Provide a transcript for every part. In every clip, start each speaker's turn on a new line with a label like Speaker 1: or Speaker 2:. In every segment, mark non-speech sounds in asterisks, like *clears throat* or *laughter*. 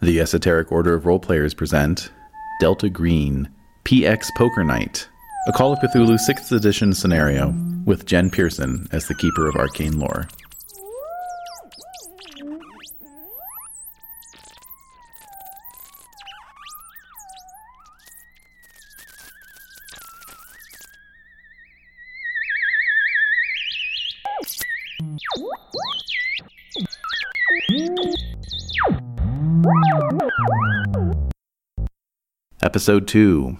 Speaker 1: The Esoteric Order of Roleplayers present Delta Green PX Poker Night, a Call of Cthulhu 6th edition scenario with Jen Pearson as the keeper of arcane lore. Episode 2,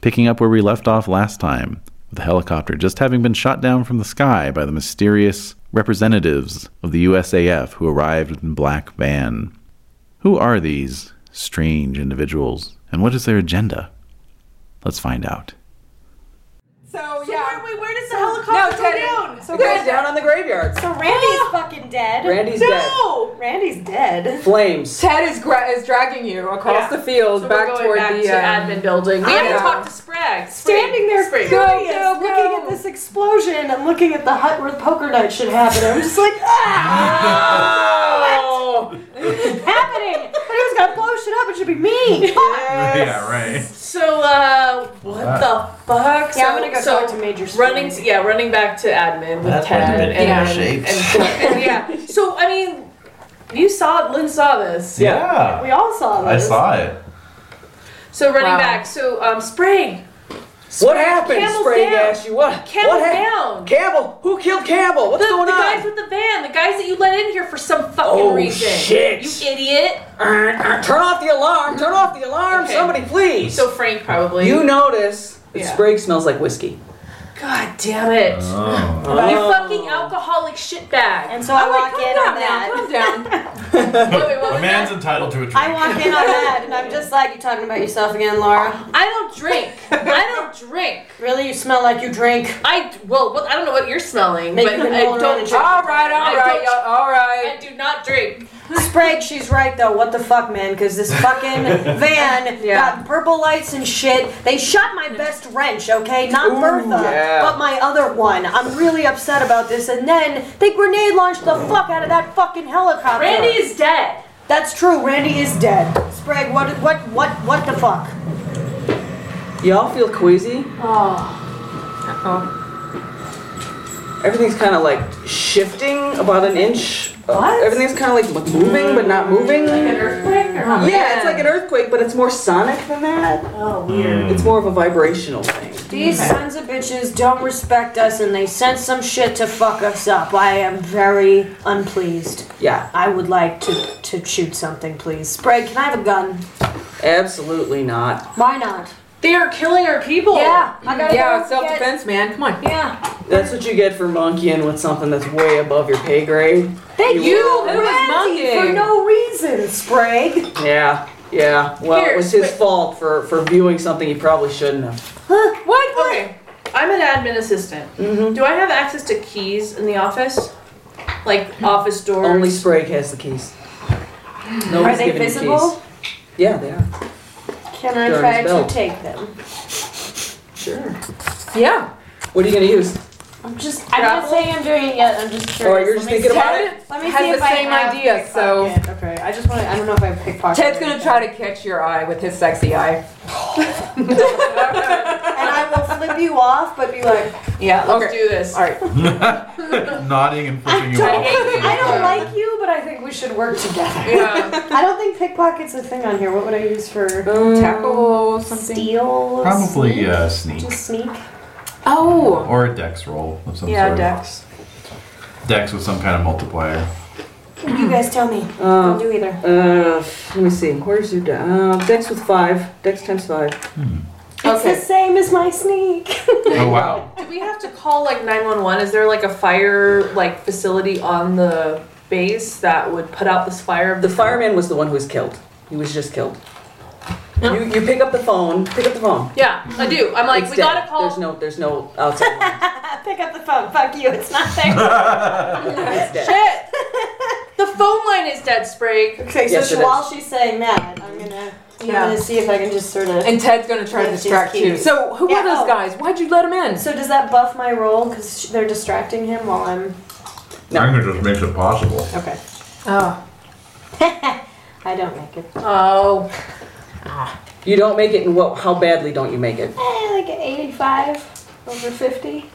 Speaker 1: picking up where we left off last time, with the helicopter just having been shot down from the sky by the mysterious representatives of the USAF who arrived in black van. Who are these strange individuals, and what is their agenda? Let's find out.
Speaker 2: So
Speaker 3: So
Speaker 2: yeah.
Speaker 3: where, wait, where does the
Speaker 2: no,
Speaker 3: helicopter
Speaker 2: Teddy.
Speaker 3: go down?
Speaker 2: So it goes down on the graveyard.
Speaker 3: So Randy's fucking dead.
Speaker 4: Ah! Randy's
Speaker 3: no!
Speaker 4: dead.
Speaker 3: Randy's dead.
Speaker 4: Flames.
Speaker 2: Ted is gra- is dragging you across
Speaker 5: Yeah.
Speaker 2: the field
Speaker 5: So
Speaker 2: back
Speaker 5: we're going
Speaker 2: toward
Speaker 5: back
Speaker 2: the
Speaker 5: to
Speaker 2: um,
Speaker 5: admin building. We haven't
Speaker 2: yeah.
Speaker 5: talked to Sprague.
Speaker 3: Standing there,
Speaker 5: Sprague.
Speaker 3: curious,
Speaker 2: No, no,
Speaker 3: looking
Speaker 2: no.
Speaker 3: at this explosion and looking at the hut where the poker night should happen. I'm just like,
Speaker 4: *laughs*
Speaker 3: ah,
Speaker 2: Oh,
Speaker 4: *laughs*
Speaker 3: what's happening? I was gonna blow shit up. It should be me.
Speaker 6: *laughs*
Speaker 3: *laughs*
Speaker 6: Yeah, right.
Speaker 5: So, uh, what
Speaker 6: Wow.
Speaker 5: the fuck?
Speaker 3: yeah, I'm
Speaker 5: So-
Speaker 3: gonna go
Speaker 5: so
Speaker 3: talk to Major. Spoon.
Speaker 5: Running, to, yeah, running back to admin with
Speaker 6: That's
Speaker 5: Ted
Speaker 6: why the
Speaker 5: and,
Speaker 6: banana
Speaker 5: and,
Speaker 6: shakes.
Speaker 5: *laughs* and yeah. So I mean, you saw Lynn saw this.
Speaker 6: Yeah.
Speaker 3: We all saw
Speaker 6: I
Speaker 3: this.
Speaker 6: saw it.
Speaker 5: So running
Speaker 2: Wow.
Speaker 5: back. So um, Sprague.
Speaker 4: What happened?
Speaker 5: Campbell's
Speaker 4: Sprague
Speaker 5: down.
Speaker 4: asked you. What?
Speaker 5: Campbell's
Speaker 4: what hap-
Speaker 5: down.
Speaker 4: Campbell. Who killed Campbell?
Speaker 5: The,
Speaker 4: What's going
Speaker 5: the
Speaker 4: on?
Speaker 5: guys with the van, the guys that you let in here for some fucking
Speaker 4: Oh,
Speaker 5: reason.
Speaker 4: shit.
Speaker 5: You idiot.
Speaker 4: Turn off the alarm. Turn off the alarm.
Speaker 5: Okay.
Speaker 4: Somebody, please.
Speaker 5: So Frank probably.
Speaker 4: you notice that
Speaker 5: Yeah.
Speaker 4: Sprague smells like whiskey.
Speaker 5: God damn it.
Speaker 6: Oh.
Speaker 5: You
Speaker 4: Oh.
Speaker 5: fucking alcoholic shitbag.
Speaker 3: And so I
Speaker 5: I'm like,
Speaker 3: walk in on that.
Speaker 5: calm down, calm down. wait, wait, what
Speaker 6: A
Speaker 5: was
Speaker 6: man's
Speaker 5: that?
Speaker 6: entitled to a drink.
Speaker 3: I walk in on that and I'm just like, you talking about yourself again, Laura?
Speaker 5: I don't drink. I don't drink.
Speaker 3: Really, you smell like you drink.
Speaker 5: I well, well I don't know what you're smelling,
Speaker 3: Maybe
Speaker 5: but
Speaker 3: you've been
Speaker 5: I
Speaker 3: rolling around in
Speaker 5: don't.
Speaker 3: shit.
Speaker 2: all right,
Speaker 5: I
Speaker 2: all
Speaker 5: don't-
Speaker 2: right, y'all, all
Speaker 5: I
Speaker 2: right.
Speaker 5: do not drink.
Speaker 3: Sprague, she's right though. What the fuck, man? Because this *laughs* fucking van
Speaker 2: Yeah.
Speaker 3: got purple lights and shit. They shot my best wrench, okay? Not Bertha,
Speaker 4: yeah.
Speaker 3: but my other one. I'm really upset about this. And then they grenade launched the fuck out of that fucking helicopter.
Speaker 5: Randy is dead.
Speaker 3: that's true. Randy is dead. Sprague, what, what, what, what the fuck?
Speaker 4: Y'all feel queasy?
Speaker 5: Oh.
Speaker 4: Everything's kind of like shifting about an inch. Uh,
Speaker 3: What?
Speaker 4: Everything's kind of like moving but not moving.
Speaker 5: An earthquake or how?
Speaker 4: Yeah, it's like an earthquake, but it's more sonic than that.
Speaker 3: Oh, weird.
Speaker 4: It's more of a vibrational thing.
Speaker 3: These
Speaker 4: Mm.
Speaker 3: sons of bitches don't respect us and they sent some shit to fuck us up. I am very unpleased.
Speaker 4: Yeah,
Speaker 3: I would like to, to shoot something, please. Sprague, can I have a gun?
Speaker 4: absolutely not.
Speaker 3: Why not?
Speaker 5: They are killing our people.
Speaker 3: Yeah, I gotta go
Speaker 2: Yeah,
Speaker 3: get-
Speaker 2: self defense, man. Come on.
Speaker 3: Yeah.
Speaker 4: That's what you get for monkeying with something that's way above your pay grade.
Speaker 3: Thank
Speaker 4: You-
Speaker 3: you,
Speaker 2: That was
Speaker 3: Randy,
Speaker 2: monkeying.
Speaker 3: for no reason, Sprague.
Speaker 4: Yeah, yeah. Well,
Speaker 5: Here,
Speaker 4: it was his
Speaker 5: wait.
Speaker 4: fault for for viewing something he probably shouldn't have.
Speaker 5: What? Okay. I'm an admin assistant. Do I have access to keys in the office? Like office doors?
Speaker 4: Only Sprague has the keys. No
Speaker 3: Are
Speaker 4: one's
Speaker 3: they
Speaker 4: given you
Speaker 3: visible?
Speaker 4: keys. Yeah, they are.
Speaker 3: Can I
Speaker 4: Darn
Speaker 3: try
Speaker 4: his
Speaker 3: to
Speaker 4: belt.
Speaker 3: take them?
Speaker 4: Sure.
Speaker 2: Yeah.
Speaker 4: What are you gonna use?
Speaker 3: I'm just. I'm not saying I'm doing it yet. I'm just curious.
Speaker 4: Or Oh, you're just
Speaker 3: Let me
Speaker 4: thinking
Speaker 3: see-
Speaker 4: about
Speaker 2: Ted
Speaker 4: it?
Speaker 3: Let me
Speaker 2: has
Speaker 3: see
Speaker 2: the
Speaker 3: if I
Speaker 2: same
Speaker 3: have
Speaker 2: idea, so
Speaker 3: pickpocket. Okay, I just want to. I don't know if I have pickpocket.
Speaker 2: Ted's gonna try to catch your eye with his sexy eye.
Speaker 3: And I will flip you off, but be like,
Speaker 5: Yeah, let's
Speaker 2: Okay.
Speaker 5: do this.
Speaker 2: All right.
Speaker 6: Nodding and flipping you off.
Speaker 3: *laughs* I don't like you, but I think we should work together.
Speaker 5: *laughs* Yeah.
Speaker 3: *laughs* I don't think pickpocket's a thing on here. What would I use for
Speaker 2: Tackle something.
Speaker 3: steal?
Speaker 6: Probably
Speaker 3: sneak?
Speaker 6: uh, sneak
Speaker 3: Just sneak.
Speaker 2: Oh.
Speaker 6: or a dex roll of some
Speaker 5: Yeah,
Speaker 6: sort.
Speaker 5: Dex.
Speaker 6: Dex with some kind of
Speaker 5: *laughs*
Speaker 6: multiplier.
Speaker 3: You guys tell me. Don't
Speaker 4: Um,
Speaker 3: do either.
Speaker 4: uh, let me see. Where's your de- uh, Dex with five? Dex times five.
Speaker 3: It's the same as my sneak. *laughs*
Speaker 6: Oh wow.
Speaker 5: Do we have to call like 911? Is there like a fire like facility on the base that would put out this fire?
Speaker 4: The fireman was the one who was killed. He was just killed. You, you pick up the phone. Pick up the phone.
Speaker 5: Yeah, I do. I'm like,
Speaker 4: It's
Speaker 5: we
Speaker 4: dead.
Speaker 5: gotta call.
Speaker 4: There's no, there's no outside.
Speaker 3: *laughs*
Speaker 4: line.
Speaker 3: Pick up the phone. Fuck you. It's not there.
Speaker 4: It's dead.
Speaker 5: Shit! the phone line is dead, Sprague.
Speaker 3: okay, so
Speaker 4: Yes, it
Speaker 3: she-
Speaker 4: is.
Speaker 3: while she's saying that, I'm gonna, I'm
Speaker 7: Yeah.
Speaker 3: gonna see if I can just sort of.
Speaker 7: And Ted's gonna try to
Speaker 3: Which is
Speaker 7: distract you.
Speaker 3: cute.
Speaker 7: So who
Speaker 3: Yeah,
Speaker 7: are those
Speaker 3: oh.
Speaker 7: guys? Why'd you let them in?
Speaker 3: so does that buff my roll because they're distracting him while I'm?
Speaker 4: No.
Speaker 8: Anger just makes it possible.
Speaker 3: Okay.
Speaker 7: Oh.
Speaker 3: I don't make it.
Speaker 4: *laughs*
Speaker 5: Oh.
Speaker 4: You don't make it, and what? How badly don't you make it?
Speaker 3: Eh, like an 85 over 50.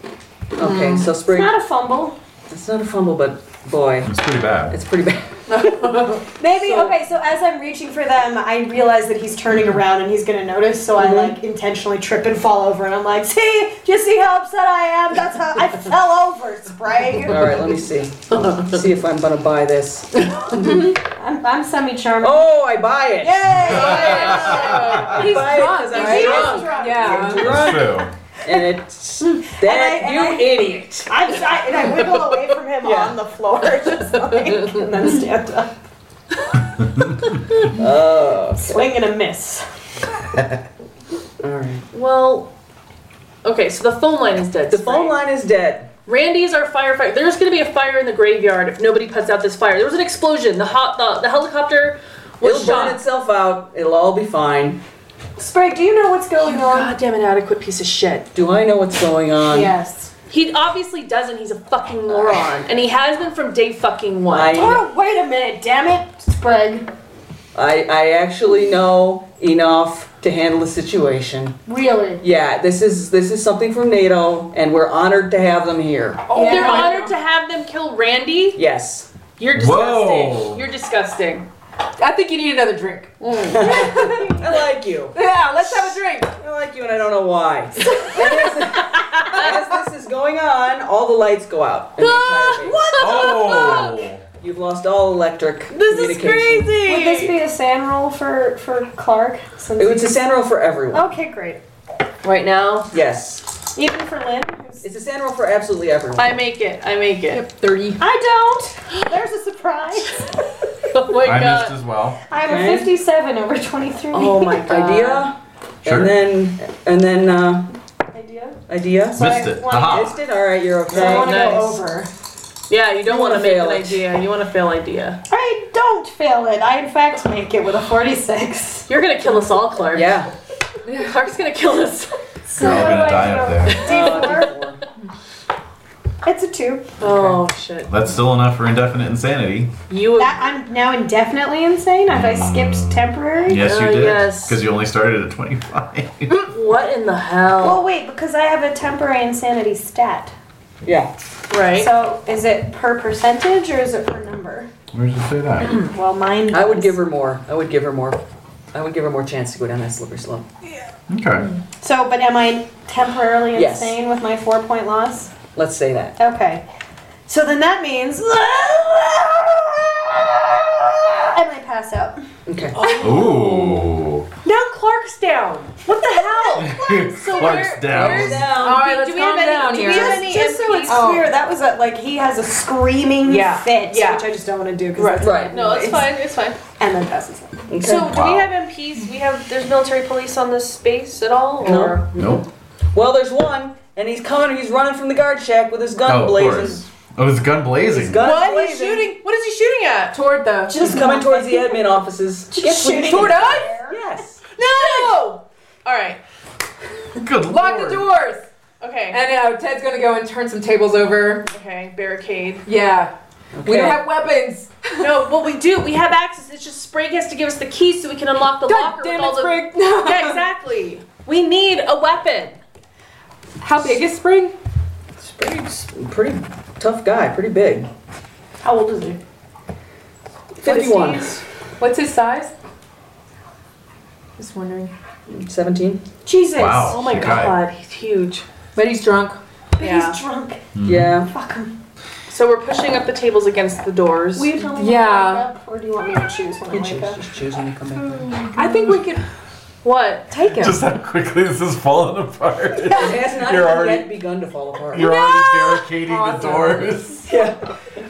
Speaker 4: Okay, so
Speaker 3: It's
Speaker 4: Sprig,
Speaker 3: not a fumble.
Speaker 4: it's not a fumble, but boy,
Speaker 8: It's pretty bad.
Speaker 4: it's pretty
Speaker 3: *laughs*
Speaker 4: bad.
Speaker 3: Maybe okay. So as I'm reaching for them, I realize that he's turning around and he's gonna notice. So I like intentionally trip and fall over, and I'm like, "See, do you see how upset I am? That's how I fell over, Spray."
Speaker 4: All right, let me see. see if I'm gonna buy this.
Speaker 3: I'm, I'm semi charming.
Speaker 4: Oh, I buy it. *laughs*
Speaker 7: Yeah. He's
Speaker 4: Buy it 'cause I'm
Speaker 7: drunk, right?
Speaker 4: drunk.
Speaker 7: Yeah.
Speaker 8: It's true.
Speaker 4: And it's that
Speaker 3: and
Speaker 4: you
Speaker 3: I-
Speaker 4: idiot.
Speaker 3: I just I, and I wiggle away from him on the floor, *laughs* just like, and then stand up. Swing and a miss.
Speaker 4: All right.
Speaker 5: Well. Okay, so the phone line is dead.
Speaker 4: The phone line is dead.
Speaker 5: Randy's our firefighter. There's gonna be a fire in the graveyard if nobody puts out this fire. There was an explosion. The hot the, the helicopter was
Speaker 4: It'll burn
Speaker 5: shot.
Speaker 4: itself out. It'll all be fine.
Speaker 3: Sprig, do you know what's going on?
Speaker 5: God damn inadequate piece of shit.
Speaker 4: Do I know what's going on?
Speaker 3: Yes.
Speaker 5: He obviously doesn't. He's a fucking moron, and he has been from day fucking one.
Speaker 4: I,
Speaker 3: Oh, wait a minute, damn it, Sprig.
Speaker 4: I I actually know enough to handle the situation.
Speaker 3: Really?
Speaker 4: Yeah, this is this is something from NATO, and we're honored to have them here.
Speaker 5: Oh, They're
Speaker 3: Yeah.
Speaker 5: honored to have them kill Randy.
Speaker 4: Yes.
Speaker 5: You're disgusting.
Speaker 8: Whoa.
Speaker 5: You're disgusting.
Speaker 7: I think you need another drink.
Speaker 4: I like you.
Speaker 7: Yeah, let's have a drink.
Speaker 4: I like you, and I don't know why. as, as this is going on, all the lights go out. in the
Speaker 5: *laughs*
Speaker 4: entire base.
Speaker 8: Oh!
Speaker 4: You've lost all electric
Speaker 5: This is
Speaker 4: communication.
Speaker 5: crazy.
Speaker 3: Would this be a sand roll for for Clark? Since
Speaker 4: It was a
Speaker 3: he's-
Speaker 4: sand roll for everyone.
Speaker 3: Okay, great.
Speaker 5: right now?
Speaker 4: Yes.
Speaker 3: Even for Lynn. who's-
Speaker 4: It's a sand roll for absolutely everyone.
Speaker 5: I make it. I make it.
Speaker 7: Thirty.
Speaker 3: I don't. There's a surprise.
Speaker 5: *laughs* Oh my
Speaker 8: I missed
Speaker 5: god.
Speaker 8: as well.
Speaker 3: I have
Speaker 4: Okay.
Speaker 3: a 57 over 23.
Speaker 4: oh
Speaker 3: *laughs*
Speaker 4: my god. Idea.
Speaker 8: Sure.
Speaker 4: And then and then uh,
Speaker 3: Idea.
Speaker 4: idea.
Speaker 3: So
Speaker 8: Missed
Speaker 3: I
Speaker 8: it. Ah.
Speaker 3: wanna-
Speaker 8: Aha.
Speaker 4: Missed it. All right, you're
Speaker 3: I want
Speaker 4: okay.
Speaker 3: to
Speaker 5: Nice.
Speaker 3: go over.
Speaker 5: Yeah, you don't want
Speaker 4: You
Speaker 5: to
Speaker 4: wanna
Speaker 5: make
Speaker 4: fail
Speaker 5: an
Speaker 4: it.
Speaker 5: idea. You want to fail idea.
Speaker 3: I don't fail it. I in fact make it with a 46.
Speaker 5: You're gonna kill us all, Clark.
Speaker 4: Yeah.
Speaker 5: *laughs* Clark's gonna kill *laughs* us.
Speaker 3: So
Speaker 8: You're all
Speaker 3: what do
Speaker 8: gonna
Speaker 3: I
Speaker 8: die
Speaker 3: do?
Speaker 8: up there.
Speaker 4: *laughs*
Speaker 3: D4. It's a two.
Speaker 5: Oh shit.
Speaker 8: That's still enough for indefinite insanity.
Speaker 5: You.
Speaker 3: That I'm now indefinitely insane. Have I
Speaker 8: Mm.
Speaker 3: skipped temporary?
Speaker 8: Yes, you
Speaker 5: Oh,
Speaker 8: did.
Speaker 5: yes.
Speaker 8: Because you only started at 25.
Speaker 5: What in the hell?
Speaker 3: Well, wait, because I have a temporary insanity stat.
Speaker 4: Yeah.
Speaker 5: Right.
Speaker 3: So is it per percentage or is it per number?
Speaker 8: *laughs* Where did you say that?
Speaker 3: Well, mine.
Speaker 4: I would
Speaker 3: does.
Speaker 4: give her more. I would give her more. I would give her more chance to go down that slippery slope.
Speaker 8: *clears throat* Okay.
Speaker 3: So, but am I temporarily
Speaker 4: Yes.
Speaker 3: insane with my four point loss?
Speaker 4: Let's say that.
Speaker 3: Okay. So then that means. I might pass out.
Speaker 4: Okay.
Speaker 8: Ooh.
Speaker 5: now Clark's down.
Speaker 3: What the
Speaker 8: *laughs*
Speaker 3: hell?
Speaker 5: So
Speaker 8: Clark's down.
Speaker 7: All right, let's calm down
Speaker 5: Um, do
Speaker 7: here.
Speaker 5: We have
Speaker 3: Just,
Speaker 5: any
Speaker 3: just so
Speaker 5: MPs?
Speaker 3: it's clear, that was a, like he has a screaming
Speaker 7: Yeah,
Speaker 3: fit,
Speaker 5: yeah.
Speaker 3: which I just don't want to do because
Speaker 5: Right,
Speaker 4: right.
Speaker 5: No, Oh. it's fine. It's fine.
Speaker 3: and then passes out.
Speaker 4: Okay.
Speaker 5: So do
Speaker 8: Wow.
Speaker 5: we have MPs? We have. There's military police on this space at all?
Speaker 4: No.
Speaker 5: Or
Speaker 8: Nope.
Speaker 4: well, there's one, and he's coming. He's running from the guard shack with his gun
Speaker 8: Oh, of
Speaker 4: blazing.
Speaker 8: course. Oh, it's gun blazing.
Speaker 4: His gun
Speaker 5: what? He's
Speaker 4: blazing.
Speaker 5: shooting. What is he shooting at?
Speaker 7: Toward the.
Speaker 4: He's coming towards the admin offices. Guess what he's
Speaker 3: shooting.
Speaker 4: doing?
Speaker 7: Toward us?
Speaker 4: Yes.
Speaker 5: No. All right.
Speaker 8: Good
Speaker 7: Lock
Speaker 8: lord.
Speaker 7: the doors.
Speaker 5: Okay.
Speaker 7: And uh, Ted's gonna go and turn some tables over.
Speaker 5: Okay. Barricade.
Speaker 7: Yeah. We
Speaker 4: Okay.
Speaker 7: don't have weapons.
Speaker 5: No, well we do. We have access. It's just Sprig has to give us the keys so we can unlock the
Speaker 7: God
Speaker 5: locker
Speaker 7: damn
Speaker 5: with all
Speaker 7: it,
Speaker 5: the.
Speaker 7: *laughs* Sprig.
Speaker 5: Yeah, exactly. We need a weapon.
Speaker 7: How big is Spring?
Speaker 4: He's a pretty tough guy. Pretty big.
Speaker 3: How old is he?
Speaker 4: Fifty-one.
Speaker 7: What's his size? Just wondering.
Speaker 4: Seventeen.
Speaker 3: Jesus.
Speaker 8: Wow.
Speaker 5: Oh my
Speaker 8: Okay.
Speaker 5: god, he's huge.
Speaker 7: But he's drunk.
Speaker 3: But
Speaker 5: Yeah.
Speaker 3: he's drunk.
Speaker 8: Hmm.
Speaker 4: Yeah.
Speaker 3: Fuck him.
Speaker 5: So we're pushing up the tables against the doors.
Speaker 3: Will you tell me when I
Speaker 7: Yeah.
Speaker 3: wake up, or do you want me to choose when I
Speaker 4: You
Speaker 3: wake
Speaker 4: choose.
Speaker 3: up?
Speaker 4: Just choose when you come back.
Speaker 7: I think we could
Speaker 5: what?
Speaker 7: take him.
Speaker 8: Just how quickly this is falling apart.
Speaker 4: It has not
Speaker 8: You're
Speaker 4: even
Speaker 8: already-
Speaker 4: yet begun to fall apart.
Speaker 8: You're already barricading
Speaker 7: Awesome.
Speaker 8: the doors.
Speaker 4: Yeah.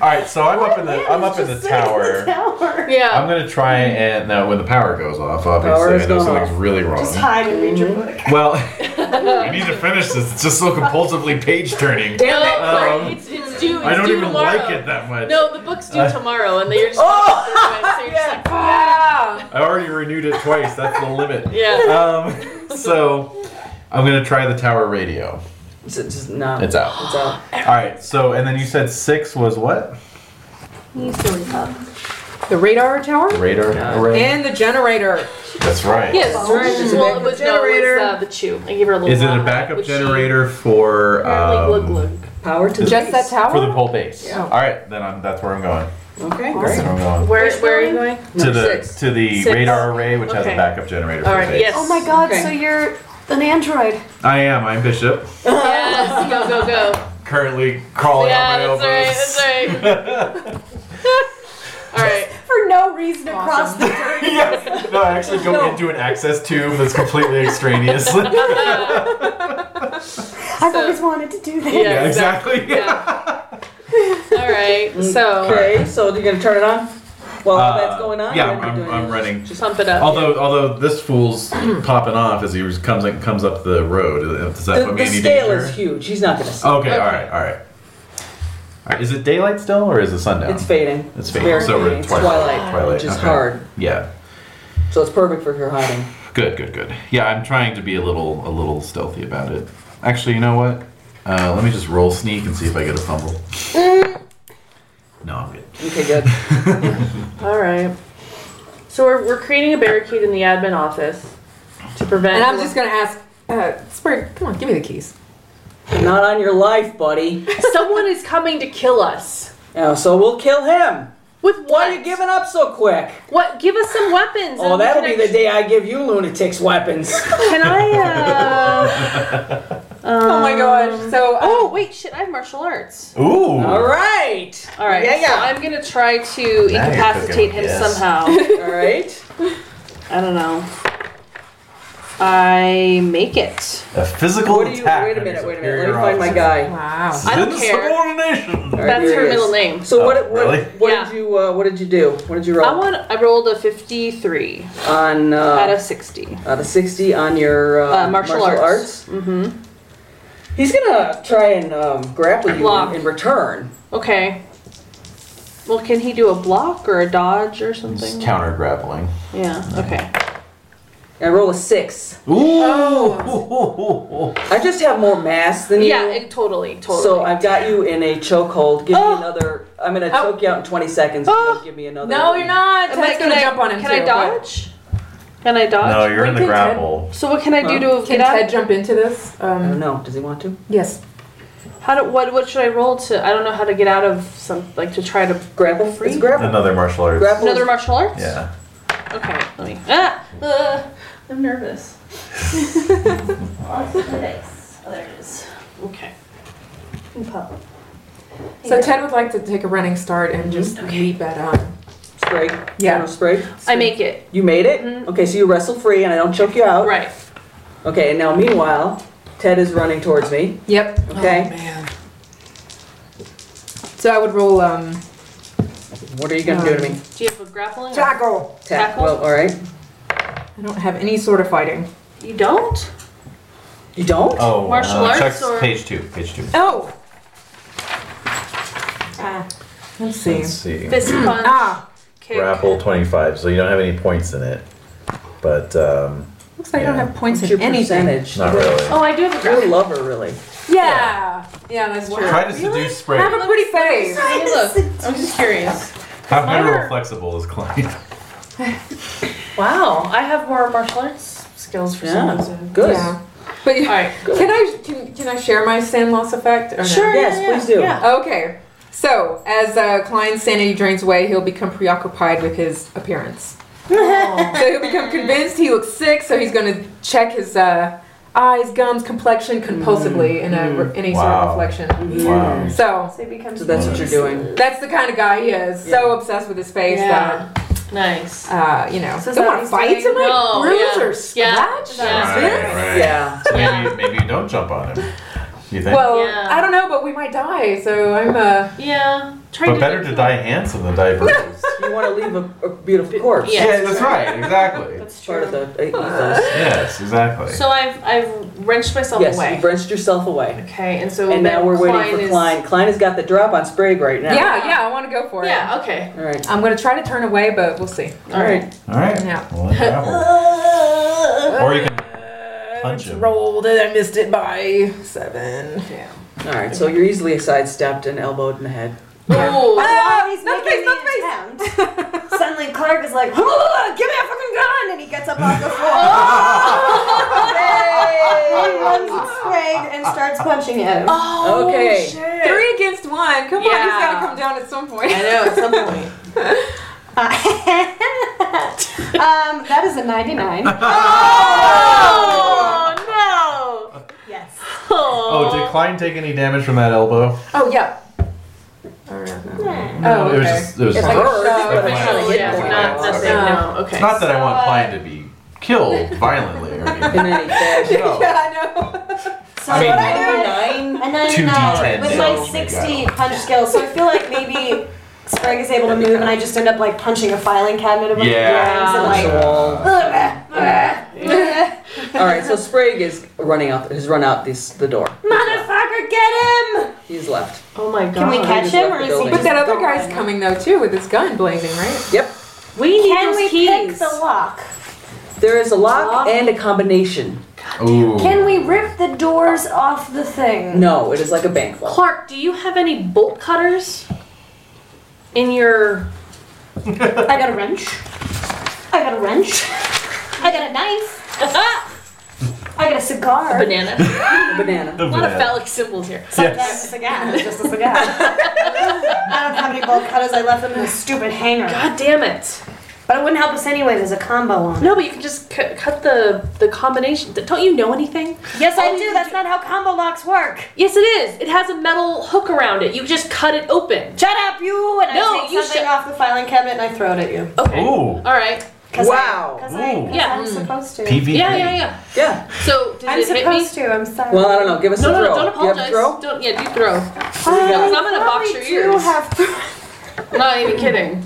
Speaker 8: All right, so I'm up in the I'm up in the tower.
Speaker 3: tower.
Speaker 7: Yeah.
Speaker 8: I'm gonna try and now when the power goes off, obviously
Speaker 4: Power's
Speaker 8: I know
Speaker 4: gone
Speaker 8: something's really wrong.
Speaker 3: Just hide and read
Speaker 7: Mm-hmm.
Speaker 3: your book.
Speaker 8: Well,
Speaker 7: *laughs*
Speaker 8: I need to finish this. It's just so compulsively page turning.
Speaker 4: Damn it!
Speaker 8: Um,
Speaker 7: it's, it's due. It's
Speaker 8: I don't
Speaker 7: due
Speaker 8: even
Speaker 7: tomorrow.
Speaker 8: like it that much.
Speaker 7: No, the book's due
Speaker 8: Uh,
Speaker 7: tomorrow, and they're just, *laughs* oh! so you're just like,
Speaker 4: Ah!
Speaker 8: I already renewed it twice. That's the limit.
Speaker 7: yeah.
Speaker 8: Um,
Speaker 7: *laughs*
Speaker 8: so I'm gonna try the tower radio.
Speaker 4: It's it's just no.
Speaker 8: It's out.
Speaker 4: It's out.
Speaker 8: All right. So and then you said six was what?
Speaker 7: The radar tower
Speaker 8: Radar array.
Speaker 7: and the generator.
Speaker 8: That's right.
Speaker 7: Yes,
Speaker 4: Just a
Speaker 7: well, it
Speaker 4: backup
Speaker 7: was, no, it
Speaker 4: generator.
Speaker 7: was uh, the chew. I gave her a little.
Speaker 8: Is it a
Speaker 7: laugh,
Speaker 8: backup
Speaker 7: which she
Speaker 8: generator for
Speaker 7: apparently glug
Speaker 8: um,
Speaker 7: glug.
Speaker 4: Power to the
Speaker 7: Just that
Speaker 4: base.
Speaker 7: tower.
Speaker 8: for the whole base?
Speaker 7: Yeah.
Speaker 8: All right. Then I'm that's where I'm going.
Speaker 4: Okay,
Speaker 8: That's
Speaker 4: great.
Speaker 8: where I'm going.
Speaker 7: Where,
Speaker 5: Which
Speaker 7: where are you
Speaker 5: building?
Speaker 7: going?
Speaker 8: to the
Speaker 4: six.
Speaker 8: to the
Speaker 7: Six.
Speaker 8: radar array, which has a
Speaker 7: Okay.
Speaker 8: backup generator.
Speaker 7: All
Speaker 8: for
Speaker 7: right.
Speaker 8: the base.
Speaker 7: Yes.
Speaker 3: Oh my god,
Speaker 4: Okay.
Speaker 3: so you're an android.
Speaker 8: I am. I'm Bishop.
Speaker 5: *laughs*
Speaker 7: Yes. Go go go.
Speaker 8: Currently crawling
Speaker 7: yeah,
Speaker 8: on
Speaker 7: that's
Speaker 8: my
Speaker 7: right.
Speaker 8: elbows.
Speaker 7: That's right.
Speaker 8: *laughs*
Speaker 7: All right.
Speaker 3: For no reason across the dirt.
Speaker 7: *laughs*
Speaker 8: yeah. *laughs* No, I actually go into an access tube that's completely extraneous. *laughs* yeah,
Speaker 3: I've always wanted to do that.
Speaker 7: Yeah.
Speaker 8: exactly.
Speaker 7: All right. So
Speaker 4: Okay, so you're gonna turn it on while all
Speaker 8: Uh,
Speaker 4: that's going on.
Speaker 8: yeah,
Speaker 4: You're gonna be
Speaker 8: I'm,
Speaker 4: doing
Speaker 8: I'm
Speaker 4: it.
Speaker 8: running.
Speaker 7: just pump it up.
Speaker 8: Although, although this fool's *clears throat* popping off as he was- comes in- comes up the road. Does that
Speaker 4: The,
Speaker 8: put
Speaker 4: the
Speaker 8: me in any
Speaker 4: scale
Speaker 8: danger? Oh.
Speaker 4: is huge. He's not gonna see.
Speaker 8: Okay, all right, all right. All right, is it daylight still, or is it sundown?
Speaker 4: It's fading.
Speaker 8: It's fading.
Speaker 4: very
Speaker 8: So we're in
Speaker 4: It's
Speaker 8: twilight.
Speaker 4: twilight,
Speaker 8: Twilight,
Speaker 4: which is
Speaker 8: okay.
Speaker 4: hard.
Speaker 8: Yeah.
Speaker 4: So it's perfect for her hiding.
Speaker 8: Good, good, good. Yeah, I'm trying to be a little, a little stealthy about it. Actually, you know what? Uh, let me just roll sneak and see if I get a *laughs* fumble. No, I'm good.
Speaker 4: Okay, good. *laughs*
Speaker 5: All right. So we're, we're creating a barricade in the admin office to prevent.
Speaker 7: and I'm just gonna ask, uh, Sprig, come on, give me the keys.
Speaker 4: not on your life, buddy.
Speaker 5: *laughs* Someone is coming to kill us.
Speaker 4: Yeah, so we'll kill him.
Speaker 5: With what?
Speaker 4: Why are you giving up so quick?
Speaker 5: What? Give us some weapons.
Speaker 4: Oh,
Speaker 5: and we
Speaker 4: that'll
Speaker 5: can
Speaker 4: be the
Speaker 5: act-
Speaker 4: day I give you lunatics *laughs* weapons.
Speaker 5: Can I? Uh...
Speaker 7: oh my gosh. So uh,
Speaker 5: Oh wait, shit! I have martial arts.
Speaker 8: Ooh.
Speaker 4: All right.
Speaker 5: All right.
Speaker 4: Yeah,
Speaker 5: So
Speaker 4: yeah.
Speaker 5: I'm gonna try to
Speaker 8: Now you're
Speaker 5: incapacitate
Speaker 8: cooking.
Speaker 5: him
Speaker 8: Yes.
Speaker 5: somehow.
Speaker 4: All right.
Speaker 5: I don't know. I make it.
Speaker 8: A physical
Speaker 4: What do you?
Speaker 8: attack.
Speaker 4: Wait a
Speaker 8: on your
Speaker 4: minute. Wait a minute. Let me
Speaker 8: superior
Speaker 4: find my
Speaker 8: officer.
Speaker 4: guy.
Speaker 7: wow.
Speaker 5: I don't care.
Speaker 8: Insubordination.
Speaker 4: All right,
Speaker 5: That's
Speaker 4: here
Speaker 5: her
Speaker 4: he is.
Speaker 5: middle name.
Speaker 4: So
Speaker 8: Oh,
Speaker 4: what? What,
Speaker 8: really?
Speaker 4: what
Speaker 5: Yeah.
Speaker 4: did you? Uh, what did you do? What did you roll
Speaker 5: I want. I rolled a 53
Speaker 4: on? Uh,
Speaker 5: out of 60.
Speaker 4: out of 60 on your uh,
Speaker 5: Uh, martial arts. Mm.
Speaker 4: Mm-hmm. He's gonna try and um, grapple you
Speaker 5: Block.
Speaker 4: in, in return.
Speaker 5: Okay. Well, can he do a block or a dodge or something?
Speaker 8: It's counter grappling.
Speaker 5: Yeah. Okay.
Speaker 4: I roll a six.
Speaker 8: Ooh. Oh.
Speaker 4: I just have more mass than
Speaker 5: Yeah.
Speaker 4: you.
Speaker 5: It, totally. Totally.
Speaker 4: So uh, I've got you in a chokehold. Give
Speaker 5: Oh.
Speaker 4: me another. I'm gonna
Speaker 7: Ow.
Speaker 4: choke you out in 20 seconds. if you don't Give me another.
Speaker 7: No, you're not.
Speaker 5: Am I-
Speaker 7: Ted's gonna
Speaker 5: Ah, can I-
Speaker 7: jump on him
Speaker 5: Can
Speaker 7: too.
Speaker 5: I dodge? Can I dodge?
Speaker 8: No, you're in the
Speaker 7: Wait, can Ted-
Speaker 8: grapple.
Speaker 5: So what can I do to
Speaker 7: Can
Speaker 5: get out?
Speaker 7: Ted jump into this?
Speaker 4: I don't
Speaker 7: Um,
Speaker 4: know. Does he want to?
Speaker 7: yes.
Speaker 5: How do what? What should I roll to? I don't know how to get out of some like to try to
Speaker 4: Grapple.
Speaker 5: Free?
Speaker 4: It's grapple.
Speaker 8: Another martial arts.
Speaker 4: Grapple.
Speaker 5: another martial arts.
Speaker 8: Yeah.
Speaker 5: Okay. Let me. Ah. Uh, I'm
Speaker 7: *laughs*
Speaker 5: nervous. Oh, there it is. Okay.
Speaker 7: So Ted would like to take a running start and just um, beat that on.
Speaker 4: Spray.
Speaker 7: Yeah.
Speaker 4: No spray.
Speaker 5: I make it.
Speaker 4: You made it. Okay, so you wrestle free, and I don't choke you out.
Speaker 5: Right.
Speaker 4: Okay. And now, meanwhile, Ted is running towards me.
Speaker 7: Yep.
Speaker 4: Okay.
Speaker 7: Oh, man. So I would roll. Um,
Speaker 4: What are you gonna do to me?
Speaker 5: Do you have a grappling?
Speaker 7: tackle.
Speaker 5: Tackle?
Speaker 4: Well, all right.
Speaker 7: I don't have any sort of fighting.
Speaker 5: You don't.
Speaker 4: You don't?
Speaker 8: Oh.
Speaker 5: Martial
Speaker 8: uh,
Speaker 5: arts
Speaker 8: checks-
Speaker 5: or-
Speaker 8: page two. Page two.
Speaker 7: Oh. Ah. Let's see.
Speaker 8: Let's see.
Speaker 5: Fist
Speaker 7: *clears throat*
Speaker 5: punch.
Speaker 7: ah.
Speaker 5: Kick.
Speaker 8: Grapple 25, so you don't have any points in it. But um,
Speaker 7: Looks like I
Speaker 8: Yeah.
Speaker 7: don't have points
Speaker 4: What's
Speaker 7: in
Speaker 4: your
Speaker 7: anything.
Speaker 4: percentage?
Speaker 8: not really.
Speaker 5: Oh, I do have a
Speaker 4: You're a
Speaker 5: grappling.
Speaker 4: lover, really.
Speaker 7: Yeah. Yeah, that's true.
Speaker 8: Try to seduce Spray.
Speaker 7: Have a pretty face.
Speaker 5: Hey, look. I'm just curious.
Speaker 8: How
Speaker 5: hetero
Speaker 8: flexible is Clyde?
Speaker 5: Wow. I have more martial arts skills for some
Speaker 4: Yeah.
Speaker 5: reason.
Speaker 4: Good.
Speaker 7: Yeah. But
Speaker 5: All right.
Speaker 7: Can I can, can I share my sand loss effect? or no?
Speaker 5: Sure.
Speaker 4: Yes,
Speaker 5: yeah, yeah,
Speaker 4: please do.
Speaker 5: Yeah.
Speaker 7: Okay. So as uh, Klein's sanity drains away, he'll become preoccupied with his
Speaker 5: *laughs*
Speaker 7: appearance.
Speaker 5: Oh.
Speaker 7: so he'll become convinced he looks sick, so he's going to check his uh, eyes, gums, complexion compulsively in a, any
Speaker 8: Wow. Mm-hmm.
Speaker 7: sort of
Speaker 8: *laughs*
Speaker 7: reflection.
Speaker 8: Wow.
Speaker 7: So
Speaker 3: So it becomes
Speaker 4: So that's what you're doing.
Speaker 7: that's the kind of guy he is. So obsessed with his face
Speaker 5: Yeah. Nice.
Speaker 7: that uh, you know,
Speaker 3: So is
Speaker 7: don't
Speaker 3: that
Speaker 7: want
Speaker 3: what
Speaker 7: to
Speaker 3: he's
Speaker 7: fight
Speaker 3: doing?
Speaker 7: him like
Speaker 5: No,
Speaker 7: bruise
Speaker 5: yeah.
Speaker 7: or
Speaker 5: "Oh, Yeah.
Speaker 7: scratch.
Speaker 5: Yeah.
Speaker 7: Spit?
Speaker 4: Yeah.
Speaker 8: So
Speaker 5: Yeah.
Speaker 8: maybe, maybe you don't jump on him. You think?
Speaker 7: Well,
Speaker 5: Yeah.
Speaker 7: I don't know, but we might die, so I'm uh
Speaker 5: Yeah. Trying
Speaker 8: but
Speaker 5: to
Speaker 8: better
Speaker 5: get
Speaker 8: to die handsome than die bruised.
Speaker 4: You want to leave a, a beautiful corpse.
Speaker 5: Yeah.
Speaker 8: that's right. Exactly.
Speaker 4: That's part of the uh, ethos.
Speaker 8: yes, exactly.
Speaker 5: So I've I've wrenched myself
Speaker 4: Yes,
Speaker 5: away.
Speaker 4: you wrenched yourself away.
Speaker 5: okay, and so
Speaker 4: And now
Speaker 5: then
Speaker 4: we're
Speaker 5: Klein
Speaker 4: waiting for
Speaker 5: is-
Speaker 4: Klein. Klein has got the drop on Sprague right now.
Speaker 7: yeah, yeah, I want to go for it.
Speaker 5: Yeah. Okay.
Speaker 4: All right.
Speaker 7: I'm gonna try to turn away, but we'll see.
Speaker 4: All right.
Speaker 8: All right.
Speaker 7: Yeah.
Speaker 8: Well, let that one. or you can punch him.
Speaker 7: Uh, Rolled and I missed it by seven.
Speaker 5: Yeah.
Speaker 4: All right. So you're easily sidestepped and elbowed in the head.
Speaker 5: Ooh.
Speaker 3: While he's
Speaker 7: not
Speaker 3: making
Speaker 7: the Ah! face,
Speaker 3: the
Speaker 7: *laughs*
Speaker 3: attempt, suddenly Clark is like, "Ugh, "Give me a fucking gun!" and he gets up off the
Speaker 7: *laughs*
Speaker 3: floor,
Speaker 7: Oh!
Speaker 3: *laughs* and runs at Sprague and starts punching him.
Speaker 7: Ah!
Speaker 5: Oh,
Speaker 4: Okay.
Speaker 5: shit.
Speaker 7: Three against one. Come on, he's
Speaker 5: Yeah.
Speaker 7: gotta come down at some point.
Speaker 5: I know at some point.
Speaker 3: *laughs* um, that is a ninety-nine.
Speaker 5: oh no.
Speaker 3: Yes.
Speaker 8: Oh, did Klein take any damage from that elbow?
Speaker 7: Oh yeah.
Speaker 8: No, it was
Speaker 7: okay.
Speaker 8: just it was.
Speaker 4: It's
Speaker 8: fine.
Speaker 4: like a shove,
Speaker 8: Like
Speaker 4: but it's not a
Speaker 5: Oh,
Speaker 4: hit
Speaker 5: yeah,
Speaker 4: point.
Speaker 5: not
Speaker 8: Okay.
Speaker 5: nothing. No. Okay.
Speaker 8: It's not that I want
Speaker 3: So, uh,
Speaker 8: Klein to be killed violently or
Speaker 4: In
Speaker 5: *laughs*
Speaker 8: anything.
Speaker 4: any fashion.
Speaker 8: No.
Speaker 7: Yeah, *laughs* I know.
Speaker 3: So
Speaker 8: I mean,
Speaker 3: what I do is
Speaker 4: Nine.
Speaker 3: a
Speaker 8: 2d10
Speaker 3: ninety-nine uh, with my
Speaker 8: damage.
Speaker 3: sixty punch skill. So I feel like maybe Sprague is able to move, and I just end up like punching a filing cabinet.
Speaker 8: Yeah.
Speaker 3: with my hands and like.
Speaker 8: Yeah.
Speaker 3: "Ugh, ugh, ugh."
Speaker 4: All right. So Sprague is running out. Has run out this the door.
Speaker 3: Motherfucker, get him!
Speaker 4: He's left.
Speaker 5: Oh my god.
Speaker 3: Can we catch him, or is he?
Speaker 7: But that other guy's coming though too with his gun blazing, right?
Speaker 4: Yep.
Speaker 5: We need
Speaker 3: Can
Speaker 5: those
Speaker 3: we pick
Speaker 5: keys.
Speaker 3: the lock?
Speaker 4: There is a lock
Speaker 3: Lock.
Speaker 4: and a combination.
Speaker 8: Ooh.
Speaker 3: Can we rip the doors off the thing?
Speaker 4: No, it is like a bank vault.
Speaker 5: Clark, do you have any bolt cutters in *laughs* your?
Speaker 3: I got a wrench. I got a wrench. I got a knife.
Speaker 5: Ah,
Speaker 3: I got a cigar.
Speaker 5: banana.
Speaker 4: A banana.
Speaker 5: A lot of phallic symbols here.
Speaker 3: Sometimes a cigar is just a cigar. I don't have any bolt cutters. I left them in a stupid hanger.
Speaker 5: God damn it!
Speaker 3: But it wouldn't help us anyway. There's a combo on. it.
Speaker 5: No, but you can just cut cut the the combination. Don't you know anything?
Speaker 3: Yes, I
Speaker 5: Oh,
Speaker 3: do.
Speaker 5: you
Speaker 3: That's not how combo locks work.
Speaker 5: Yes, it is. It has a metal hook around it. You just cut it open.
Speaker 3: Shut up, you! And
Speaker 5: No,
Speaker 3: I take
Speaker 5: you
Speaker 3: something
Speaker 5: shut-
Speaker 3: off the filing cabinet and I throw it at you.
Speaker 5: Okay.
Speaker 8: Ooh.
Speaker 5: All right.
Speaker 3: 'Cause I-
Speaker 4: Wow.
Speaker 3: 'cause I,
Speaker 8: Ooh.
Speaker 3: 'cause
Speaker 5: Yeah.
Speaker 3: I'm supposed to.
Speaker 8: PvP.
Speaker 5: Yeah, yeah, yeah.
Speaker 4: Yeah.
Speaker 5: So does
Speaker 3: I'm
Speaker 5: it hit me?
Speaker 3: supposed to. I'm sorry.
Speaker 4: Well, I don't know. Give us
Speaker 5: No,
Speaker 4: a
Speaker 5: no,
Speaker 4: throw.
Speaker 5: no, don't
Speaker 4: You have
Speaker 5: apologize.
Speaker 4: a throw?
Speaker 5: Don't. Yeah, do throw.
Speaker 4: What do you
Speaker 5: Because
Speaker 4: got?
Speaker 5: I'm gonna box your
Speaker 3: Probably do
Speaker 5: ears.
Speaker 3: have
Speaker 5: Not even kidding.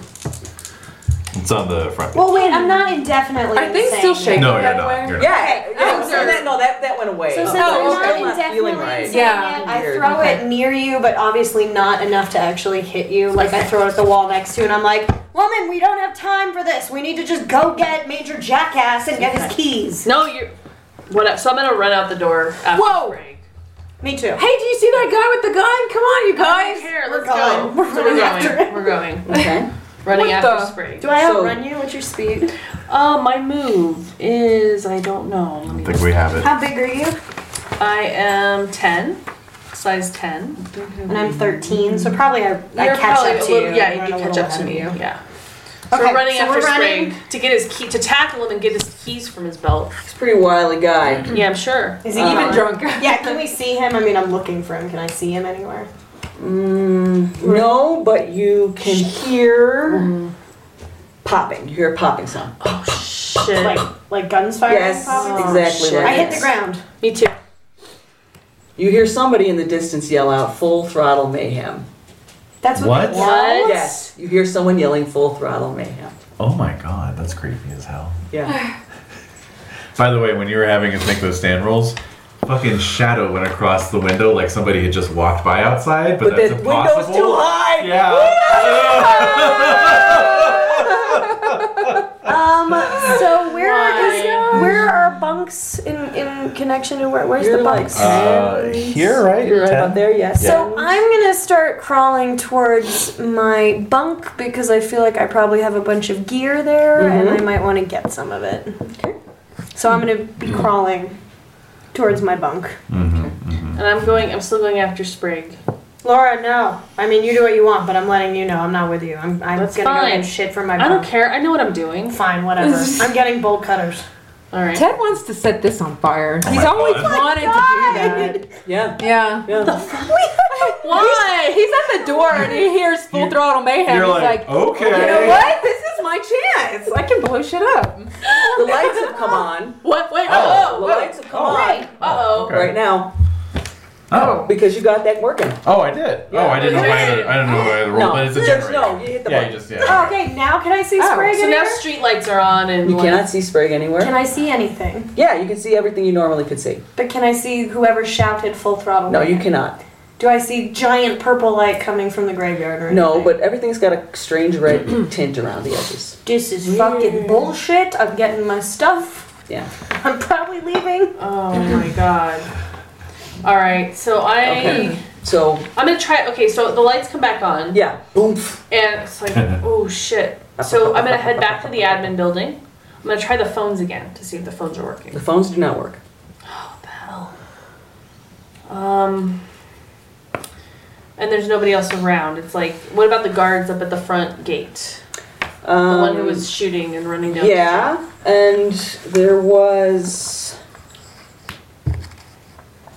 Speaker 8: It's on the front.
Speaker 3: Well, wait, I'm not indefinitely.
Speaker 7: Are things
Speaker 3: insane
Speaker 7: still
Speaker 3: yet.
Speaker 7: shaking?
Speaker 8: no, you're
Speaker 7: that
Speaker 8: not.
Speaker 7: way?
Speaker 8: You're not.
Speaker 4: Yeah. yeah.
Speaker 7: I'm
Speaker 4: so
Speaker 7: sorry.
Speaker 4: that, no, that that went away.
Speaker 3: So since I'm
Speaker 7: Oh, okay.
Speaker 3: not
Speaker 4: Not
Speaker 3: indefinitely
Speaker 4: feeling right.
Speaker 3: insane
Speaker 7: Yeah.
Speaker 3: yet, I
Speaker 4: Weird.
Speaker 3: throw it near you, but obviously not enough to actually hit you. Like I throw it at the wall next to, you, and I'm like, "Woman, we don't have time for this. We need to just go get Major Jackass and get his keys."
Speaker 5: No, you're. What? So I'm gonna run out the door. After
Speaker 7: Whoa.
Speaker 5: Break.
Speaker 3: Me too.
Speaker 7: Hey, do you see that guy with the gun? Come on, you guys.
Speaker 5: Here,
Speaker 3: we're
Speaker 5: let's
Speaker 3: going.
Speaker 5: go.
Speaker 3: We're
Speaker 5: So
Speaker 3: running
Speaker 5: we're
Speaker 3: after
Speaker 5: going. We're going.
Speaker 4: *laughs* Okay.
Speaker 5: Running
Speaker 7: What
Speaker 5: after
Speaker 7: the-
Speaker 5: spring.
Speaker 3: Do I
Speaker 4: So-
Speaker 3: outrun you? What's your speed?
Speaker 5: Uh, my move is I don't know. Let
Speaker 8: I
Speaker 5: me.
Speaker 8: think we have it.
Speaker 3: How big are you?
Speaker 5: I am ten, size ten.
Speaker 3: And I'm 13, so probably I, I
Speaker 5: You're
Speaker 3: catch
Speaker 5: probably
Speaker 3: up
Speaker 5: a
Speaker 3: to
Speaker 5: little-
Speaker 3: you.
Speaker 5: Yeah, you
Speaker 3: Run
Speaker 5: do
Speaker 3: a
Speaker 5: catch
Speaker 3: little
Speaker 5: up to
Speaker 3: ahead of
Speaker 5: me.
Speaker 3: you.
Speaker 5: Yeah. So
Speaker 3: Okay,
Speaker 5: we're running
Speaker 3: so
Speaker 5: after
Speaker 3: we're
Speaker 5: Spring
Speaker 3: running.
Speaker 5: to get his key to tackle him and get his keys from his belt.
Speaker 4: It's a pretty wily guy.
Speaker 3: Hmm.
Speaker 5: Yeah, I'm sure.
Speaker 3: Is he
Speaker 4: Uh,
Speaker 3: even
Speaker 7: Even drunk.
Speaker 3: *laughs* Yeah, can we see him? I mean, I'm looking for him. Can I see him anywhere?
Speaker 4: Mm, no, but you can hear popping. You hear a popping sound.
Speaker 5: Shit.
Speaker 3: Like, like guns firing?
Speaker 4: Yes,
Speaker 3: probably?
Speaker 4: exactly.
Speaker 5: shit.
Speaker 4: Right.
Speaker 3: I hit the ground.
Speaker 5: me too.
Speaker 4: You hear somebody in the distance yell out "Full throttle mayhem."
Speaker 3: That's what.
Speaker 8: What?
Speaker 3: they-
Speaker 5: What?
Speaker 4: Yes, you hear someone yelling "Full throttle mayhem."
Speaker 8: Oh my god, that's creepy as hell.
Speaker 4: Yeah.
Speaker 8: By the way, when you were having us make those stand rolls, fucking shadow went across the window like somebody had just walked by outside, but,
Speaker 4: But
Speaker 8: that's
Speaker 4: the
Speaker 8: impossible.
Speaker 4: window's too high.
Speaker 8: Yeah.
Speaker 3: Um. So where
Speaker 5: Why?
Speaker 3: is where are bunks in in connection to where? Where's
Speaker 4: You're
Speaker 3: the
Speaker 4: like-
Speaker 3: bunks?
Speaker 8: uh, here, right?
Speaker 4: You're right about there. Yes.
Speaker 3: so I'm gonna start crawling towards my bunk because I feel like I probably have a bunch of gear there and I might want to get some of it.
Speaker 4: Okay.
Speaker 3: So I'm gonna be crawling towards my bunk.
Speaker 5: And I'm going. I'm still going after Sprig.
Speaker 3: Laura, no. I mean, you do what you want, but I'm letting you know I'm not with you. I'm I'm
Speaker 5: That's
Speaker 3: gonna go
Speaker 5: fine.
Speaker 3: get shit from my.
Speaker 5: I
Speaker 3: Bunk.
Speaker 5: don't care. I know what I'm doing.
Speaker 3: Fine, whatever. I'm getting bolt cutters.
Speaker 5: All right.
Speaker 7: Ted wants to set this on fire.
Speaker 8: Oh
Speaker 7: He's
Speaker 8: my
Speaker 7: always
Speaker 8: God.
Speaker 7: wanted to do that.
Speaker 4: Yeah.
Speaker 7: Yeah.
Speaker 4: Yeah.
Speaker 5: Why?
Speaker 7: He's at the door and he hears full
Speaker 8: You're-
Speaker 7: throttle mayhem.
Speaker 8: You're
Speaker 7: He's
Speaker 8: like,
Speaker 7: like,
Speaker 8: okay.
Speaker 7: you know what? This is my chance. I can blow shit up.
Speaker 4: The lights have come on.
Speaker 5: What? Wait.
Speaker 8: Oh.
Speaker 5: Oh.
Speaker 4: The lights have come on
Speaker 5: Uh oh.
Speaker 8: Okay.
Speaker 4: right now.
Speaker 8: Oh.
Speaker 7: roll.
Speaker 4: because you got that working.
Speaker 8: Oh, I did. Oh, I didn't know. I, had, I didn't know I had the roll,
Speaker 4: No.
Speaker 8: but it's a
Speaker 4: Just-
Speaker 8: generator.
Speaker 4: no, you hit the
Speaker 8: yeah,
Speaker 4: button.
Speaker 8: you just
Speaker 3: Oh,
Speaker 8: yeah.
Speaker 3: okay, now can I see
Speaker 4: Oh,
Speaker 3: Sprague
Speaker 5: So now
Speaker 3: anywhere?
Speaker 5: street lights are on and
Speaker 4: You
Speaker 5: like,
Speaker 4: cannot see Sprague anywhere.
Speaker 3: Can I see anything?
Speaker 4: yeah, you can see everything you normally could see.
Speaker 3: But can I see whoever shouted full throttle?
Speaker 4: No, you cannot.
Speaker 3: Do I see giant purple light coming from the graveyard or
Speaker 4: No,
Speaker 3: anything?
Speaker 4: but everything's got a strange red tint around the edges.
Speaker 3: This is fucking bullshit. I'm getting my stuff. *laughs*
Speaker 4: Yeah.
Speaker 3: I'm probably leaving.
Speaker 5: Oh my god. All right, so I
Speaker 4: Okay. So
Speaker 5: I'm gonna try. Okay, so the lights come back on,
Speaker 4: yeah, boomf.
Speaker 5: and it's like, oh shit. So I'm
Speaker 4: *laughs*
Speaker 5: gonna head back to the admin building. I'm gonna try the phones again to see if the phones are working.
Speaker 4: The phones do not work.
Speaker 5: What the hell? Um. And there's nobody else around. It's like, what about the guards up at the front gate? The
Speaker 4: Um,
Speaker 5: one who was shooting and running down.
Speaker 4: Yeah, and there was.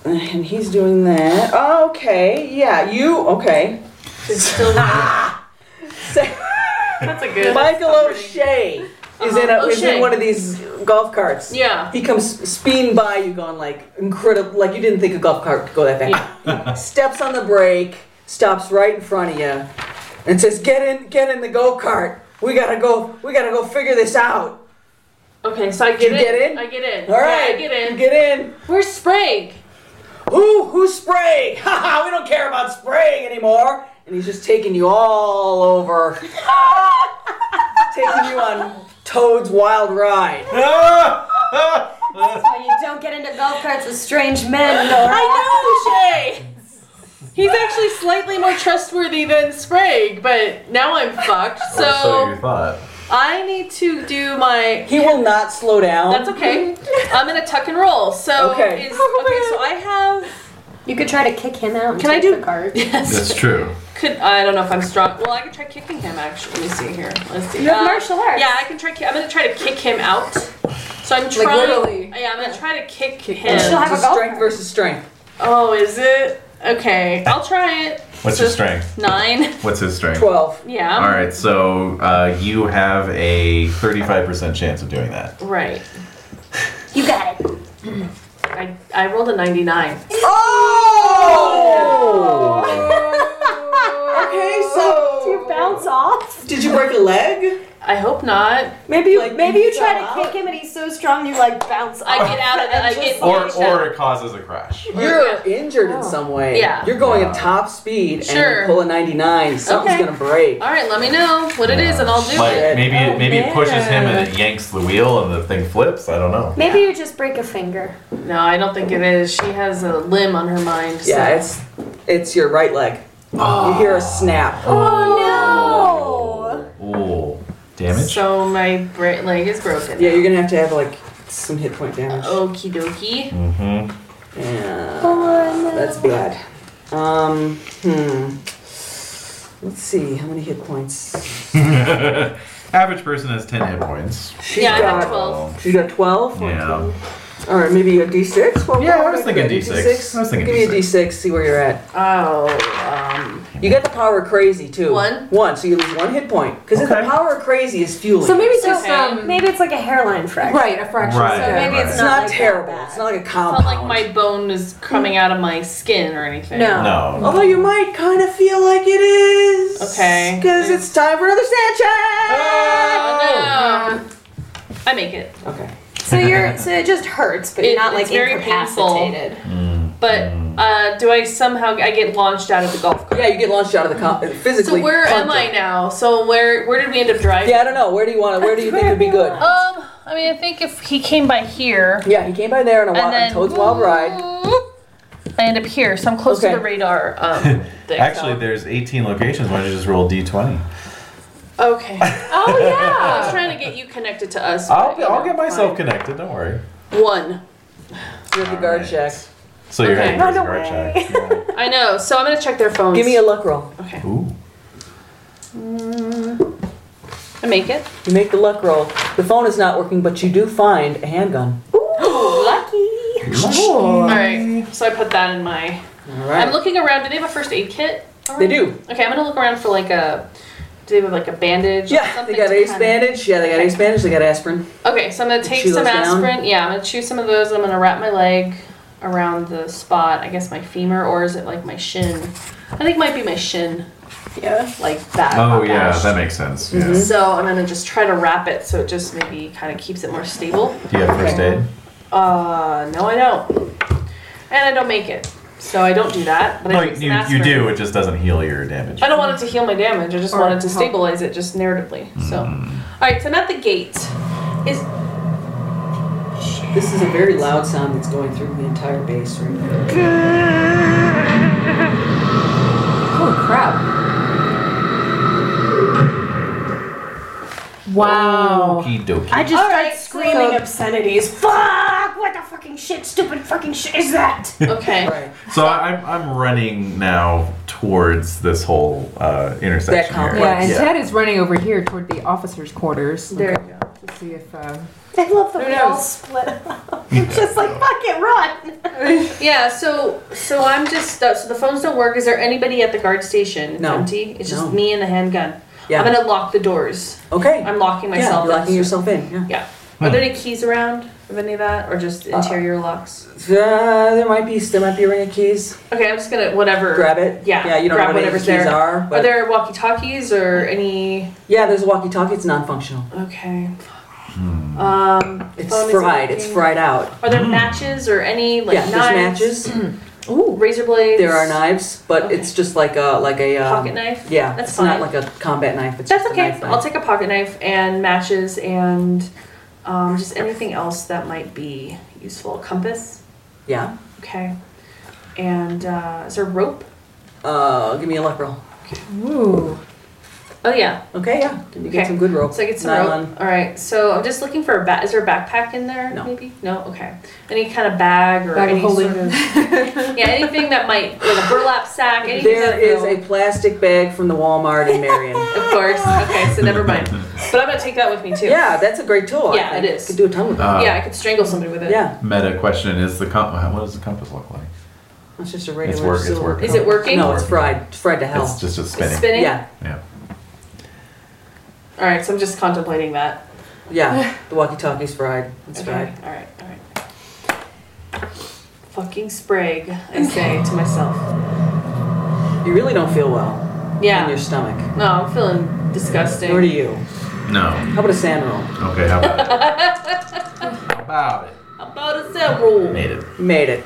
Speaker 4: And he's doing that. Oh, okay, yeah, you, okay.
Speaker 5: She's still
Speaker 4: *laughs* So,
Speaker 5: That's a good.
Speaker 4: Michael O'Shea is, in a, is in
Speaker 5: Uh-huh. O'Shea.
Speaker 4: one of these golf carts.
Speaker 5: Yeah.
Speaker 4: He comes speeding by you, gone like incredible, like you didn't think a golf cart could go that fast. Steps on the brake, stops right in front of you, and says, "Get in, get in the go kart. We gotta go. We gotta go figure this out."
Speaker 5: Okay, so I get
Speaker 4: You
Speaker 5: in.
Speaker 4: get in?
Speaker 5: I get in.
Speaker 4: All right,
Speaker 5: Yeah, I get in.
Speaker 4: you get in.
Speaker 5: Where's Sprague?
Speaker 4: Who? Who's *laughs* Sprague? Haha, we don't care about Sprague anymore. And he's just taking you all over.
Speaker 5: *laughs*
Speaker 4: taking you on Toad's wild ride.
Speaker 8: Ah!
Speaker 9: That's why you don't get into golf carts with strange men.
Speaker 3: *laughs*
Speaker 9: Nora.
Speaker 5: I know Shay. He's actually slightly more trustworthy than Sprague, but now I'm
Speaker 4: *laughs*
Speaker 5: fucked.
Speaker 8: so you
Speaker 5: So
Speaker 8: thought.
Speaker 5: I need to do my.
Speaker 4: He will not slow down.
Speaker 5: That's okay. I'm gonna tuck and roll. So
Speaker 4: Okay.
Speaker 5: is, okay. So I have.
Speaker 3: You could try to kick him out. And
Speaker 5: Can I
Speaker 3: take
Speaker 5: do-
Speaker 3: the card?
Speaker 8: That's true.
Speaker 5: Could I don't know if I'm strong. Well, I could try kicking him. Actually, let me see here. Let's see.
Speaker 3: You have
Speaker 5: Uh,
Speaker 3: martial arts.
Speaker 5: Yeah, I can try. ki- I'm gonna try to kick him out. So I'm trying.
Speaker 7: literally.
Speaker 5: Yeah, I'm gonna try to kick
Speaker 4: It's
Speaker 5: him.
Speaker 3: she'll have
Speaker 4: a
Speaker 3: a golf
Speaker 4: strength
Speaker 3: cart.
Speaker 4: versus strength.
Speaker 5: Oh, is it? Okay, I'll try it.
Speaker 8: What's
Speaker 5: So-
Speaker 8: his strength?
Speaker 5: Nine. *laughs*
Speaker 8: What's his strength?
Speaker 4: Twelve.
Speaker 5: Yeah.
Speaker 8: All right, so uh, you have a 35% chance of doing that.
Speaker 5: Right.
Speaker 9: You got it.
Speaker 5: I, I rolled a 99.
Speaker 4: Oh!
Speaker 5: Oh.
Speaker 4: Okay, so
Speaker 3: Do you bounce off?
Speaker 4: did you break a leg?
Speaker 5: I hope not.
Speaker 3: Maybe you
Speaker 4: Like,
Speaker 3: maybe
Speaker 4: you
Speaker 3: you try
Speaker 4: fell
Speaker 3: to
Speaker 4: out?
Speaker 3: kick him and he's so strong you like bounce
Speaker 5: I
Speaker 3: off.
Speaker 5: get out of it. I
Speaker 8: *laughs*
Speaker 5: get
Speaker 8: Or, or it causes a crash.
Speaker 4: You're injured in some way.
Speaker 5: Oh. Yeah.
Speaker 4: You're going at top speed and
Speaker 5: Sure.
Speaker 4: you pull a 99. Something's
Speaker 5: Okay.
Speaker 4: gonna break.
Speaker 5: All right, let me know what it is, and I'll do it.
Speaker 8: Like maybe
Speaker 4: Oh,
Speaker 8: it maybe it pushes him and it yanks the wheel and the thing flips. I don't know.
Speaker 3: *laughs* Maybe you just break a finger.
Speaker 5: No, I don't think it is. She has a limb on her mind. so-
Speaker 4: Yeah, it's it's your right leg. You hear a snap.
Speaker 8: Oh no! Oh, damage.
Speaker 5: So my bra- leg is broken.
Speaker 4: Yeah, you're gonna have to have like some hit point damage.
Speaker 5: Okie dokie.
Speaker 8: Mm-hmm. *laughs*
Speaker 4: Yeah, that's bad. Um, hmm. Let's see how many hit points.
Speaker 8: Average person has ten hit points.
Speaker 4: She's
Speaker 5: Yeah, I
Speaker 4: got,
Speaker 5: have 12.
Speaker 4: She got 12?
Speaker 8: Yeah.
Speaker 4: All right, maybe a d6? Well,
Speaker 8: Yeah, I
Speaker 4: well,
Speaker 8: was
Speaker 4: good,
Speaker 8: thinking
Speaker 4: good.
Speaker 8: D6. I was thinking
Speaker 4: Give me a
Speaker 8: D6.
Speaker 4: d6, see where you're at.
Speaker 5: Oh, um.
Speaker 4: You got the power of crazy, too.
Speaker 5: One?
Speaker 4: One, so you lose one hit point. Because
Speaker 8: Okay.
Speaker 4: the power of crazy is fueling.
Speaker 7: So maybe it's
Speaker 5: So
Speaker 7: just um
Speaker 3: Maybe it's like a hairline fracture.
Speaker 7: right a fraction.
Speaker 8: Right,
Speaker 7: So maybe
Speaker 8: right.
Speaker 7: it's
Speaker 4: it's
Speaker 7: not.
Speaker 4: not,
Speaker 3: like that
Speaker 4: terrible.
Speaker 3: bad.
Speaker 4: It's not like a
Speaker 5: Not
Speaker 4: compound.
Speaker 5: like my bone is coming out of my skin or anything.
Speaker 3: No.
Speaker 8: No.
Speaker 4: Although you might kind of feel like it is.
Speaker 5: Okay.
Speaker 4: Because it's time for another stat check.
Speaker 5: Oh, no. I make it.
Speaker 4: Okay.
Speaker 3: *laughs* So you're so it just hurts, but
Speaker 5: It-
Speaker 3: you're not like
Speaker 5: it's very
Speaker 3: incapacitated.
Speaker 5: But uh, do I somehow I get launched out of the golf cart?
Speaker 4: Yeah, you get launched out of the comp-
Speaker 5: So
Speaker 4: physically.
Speaker 5: where am
Speaker 4: pumped
Speaker 5: I
Speaker 4: up.
Speaker 5: now? So where where did we end up driving?
Speaker 4: Yeah, I don't know. Where do you want to? Where do you think would be good?
Speaker 5: *laughs* Um, I mean, I think if he came by here
Speaker 4: Yeah, he came by there on a wild,
Speaker 5: and then
Speaker 4: Toad's Wild Ride.
Speaker 5: I end up here, so I'm close
Speaker 4: Okay.
Speaker 5: to the radar. Um, thing,
Speaker 8: Actually,
Speaker 5: so-
Speaker 8: there's 18 locations. Why don't you just roll D20? *laughs*
Speaker 5: okay.
Speaker 7: Oh
Speaker 5: I was
Speaker 7: yeah.
Speaker 5: trying to get you connected to us.
Speaker 8: I'll
Speaker 5: but, you
Speaker 8: I'll
Speaker 5: know,
Speaker 8: get myself
Speaker 5: fine.
Speaker 8: connected. Don't worry.
Speaker 5: One.
Speaker 4: You have the guard
Speaker 8: Alright.
Speaker 4: check.
Speaker 8: So you're
Speaker 5: Okay.
Speaker 8: heading towards the guard check.
Speaker 5: I know. So I'm gonna check their phones.
Speaker 4: Give me a luck roll.
Speaker 5: Okay.
Speaker 8: Yeah. Ooh.
Speaker 5: I make it.
Speaker 4: You make the luck roll. The phone is not working, but you do find a handgun.
Speaker 5: Lucky. All right. So I put that in my.
Speaker 4: All
Speaker 5: I'm
Speaker 4: right.
Speaker 5: looking around. Do they have a first aid kit?
Speaker 4: They do.
Speaker 5: Okay, I'm gonna look around for like a. Do they have like a bandage? or
Speaker 4: Yeah, they
Speaker 5: something
Speaker 4: got
Speaker 5: to
Speaker 4: ace
Speaker 5: kinda-
Speaker 4: bandage. Yeah, they got ace bandage. They got aspirin.
Speaker 5: Okay, so I'm gonna take
Speaker 4: Chew
Speaker 5: some
Speaker 4: those down?
Speaker 5: aspirin. Yeah, I'm gonna chew some of those. I'm gonna wrap my leg. around the spot. I guess my femur, or is it like my shin? I think it might be my shin,
Speaker 9: Yeah.
Speaker 5: like that.
Speaker 8: Oh
Speaker 5: not
Speaker 8: yeah,
Speaker 5: bashed.
Speaker 8: that makes sense.
Speaker 5: Mm-hmm.
Speaker 8: Yeah.
Speaker 5: So I'm gonna just try to wrap it so it just maybe kind of keeps it more stable.
Speaker 8: Do you have first aid?
Speaker 5: Uh, no, I don't. And I don't make it, so I don't do that. But
Speaker 8: No,
Speaker 5: I take some
Speaker 8: you, you
Speaker 5: aspirin.
Speaker 8: do. It just doesn't heal your damage.
Speaker 5: I don't want it to heal my damage. I just
Speaker 7: Or
Speaker 5: wanted to
Speaker 7: help.
Speaker 5: stabilize it, just narratively. So, all right. So I'm at the gate.
Speaker 8: *laughs*
Speaker 5: Is
Speaker 4: This is a very loud sound that's going through the entire base right now.
Speaker 7: Holy crap. Wow.
Speaker 8: Okie dokie.
Speaker 9: I just
Speaker 3: All
Speaker 9: start
Speaker 3: right,
Speaker 9: screaming
Speaker 3: so-
Speaker 9: obscenities. Fuck! What the fucking shit, stupid fucking shit is
Speaker 3: *laughs*
Speaker 9: that?
Speaker 5: okay.
Speaker 4: Right.
Speaker 8: So I- I'm, I'm running now towards this whole uh,
Speaker 4: That
Speaker 8: intersection.
Speaker 4: complex.
Speaker 7: Yeah, and
Speaker 8: Here.
Speaker 7: Ted is running over here toward the officers' quarters
Speaker 5: There you go.
Speaker 7: to see if. Uh,
Speaker 3: I love that
Speaker 7: Who
Speaker 3: we all
Speaker 7: knows?
Speaker 3: split up. We're just like, fuck it, run.
Speaker 5: Yeah. So so I'm just uh, so the phones don't work. Is there anybody at the guard station? It's
Speaker 4: No.
Speaker 5: empty. It's just
Speaker 4: No.
Speaker 5: me and the handgun.
Speaker 4: Yeah.
Speaker 5: I'm gonna lock the doors.
Speaker 4: Okay.
Speaker 5: I'm locking
Speaker 4: yeah,
Speaker 5: myself.
Speaker 4: you're locking
Speaker 5: in.
Speaker 4: yourself in. Yeah.
Speaker 5: Yeah. Are there any keys around of any of that, or just interior locks?
Speaker 4: Uh, there might be there might be a ring of keys.
Speaker 5: Okay, I'm just gonna whatever.
Speaker 4: Grab it.
Speaker 5: Yeah.
Speaker 4: Yeah. You don't
Speaker 5: grab
Speaker 4: know what any of
Speaker 5: whatever's
Speaker 4: the keys
Speaker 5: there.
Speaker 4: are.
Speaker 5: Are
Speaker 4: But
Speaker 5: there walkie talkies or any?
Speaker 4: yeah, there's a walkie-talkie. It's non-functional.
Speaker 5: Okay. Um,
Speaker 4: It's
Speaker 5: phone isn't
Speaker 4: fried. It's
Speaker 5: working.
Speaker 4: fried out.
Speaker 5: Are there matches or any like
Speaker 4: yeah.
Speaker 5: knives?
Speaker 4: There's matches.
Speaker 5: Ooh, razor blades.
Speaker 4: There are knives, but
Speaker 5: Okay.
Speaker 4: it's just like a like a um,
Speaker 5: Pocket knife?
Speaker 4: Yeah.
Speaker 5: That's
Speaker 4: it's
Speaker 5: fine.
Speaker 4: not like a combat knife. It's
Speaker 5: That's
Speaker 4: just a
Speaker 5: okay.
Speaker 4: knife knife.
Speaker 5: I'll take a pocket knife and matches and um, just anything else that might be useful. Compass.
Speaker 4: Yeah.
Speaker 5: Okay. And uh, is there rope?
Speaker 4: Uh, give me a luck roll.
Speaker 7: ooh.
Speaker 5: Oh yeah.
Speaker 4: Okay. Yeah. You get
Speaker 5: Okay.
Speaker 4: some good rope.
Speaker 5: So I get some
Speaker 4: Nylon.
Speaker 5: rope. All right. So I'm just looking for a bat. Is there a backpack in there?
Speaker 4: No.
Speaker 5: Maybe. No. Okay. Any kind of bag or
Speaker 7: Bag of
Speaker 5: any
Speaker 7: holding.
Speaker 5: sort of- *laughs* yeah, anything that might like a burlap sack. Anything
Speaker 4: There
Speaker 5: that
Speaker 4: is
Speaker 5: will-
Speaker 4: a plastic bag from the Walmart in
Speaker 5: *laughs*
Speaker 4: Marion.
Speaker 5: Of course. Okay, so never mind. But I'm gonna take that with me too.
Speaker 4: yeah, that's a great tool. I
Speaker 5: Yeah,
Speaker 4: think.
Speaker 5: it is.
Speaker 4: Could do a ton with it.
Speaker 8: Uh,
Speaker 5: Yeah, I could strangle somebody with it.
Speaker 4: yeah.
Speaker 8: Meta question is the comp- what does the compass look like?
Speaker 4: It's just a regular.
Speaker 8: work- it's
Speaker 4: silver
Speaker 8: working.
Speaker 5: Is it working?
Speaker 4: No, it's fried. It's fried to hell.
Speaker 8: It's just a
Speaker 5: It's
Speaker 8: spinning.
Speaker 5: spinning.
Speaker 4: Yeah.
Speaker 8: Yeah.
Speaker 5: All right, so I'm just contemplating that. *laughs*
Speaker 4: Yeah. The walkie-talkie's fried. It's
Speaker 5: Okay.
Speaker 4: fried.
Speaker 5: All right. All right. Fucking Sprague, I say to myself.
Speaker 4: You really don't feel well in your
Speaker 5: Yeah.
Speaker 4: stomach.
Speaker 5: No, I'm feeling disgusting.
Speaker 4: Nor do you.
Speaker 8: No.
Speaker 4: How about a sand roll?
Speaker 8: Okay. How about it? how about it?
Speaker 5: About a set rule.
Speaker 8: *laughs* Made it.
Speaker 4: You made it.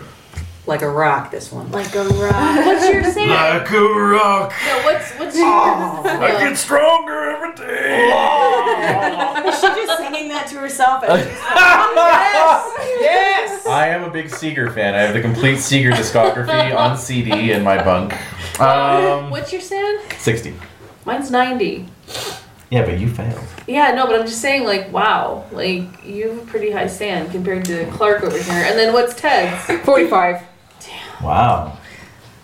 Speaker 4: Like a rock, this one.
Speaker 9: Like a rock.
Speaker 5: What's your say? No,
Speaker 8: Like a rock.
Speaker 5: what's what's your?
Speaker 8: I get stronger every day.
Speaker 3: *laughs* Is she just singing that to herself? And she's
Speaker 8: *laughs*
Speaker 4: yes!
Speaker 8: I am a big Seeger fan. I have the complete
Speaker 4: *laughs*
Speaker 8: Seeger discography on CD in my bunk. Um,
Speaker 5: What's your sin?
Speaker 8: 60.
Speaker 5: Mine's 90.
Speaker 8: Yeah, but you failed.
Speaker 5: Yeah, no, but I'm just saying, like, wow, like you have a pretty high stand compared to Clark over here. And then what's Ted's?
Speaker 7: 45.
Speaker 8: Wow.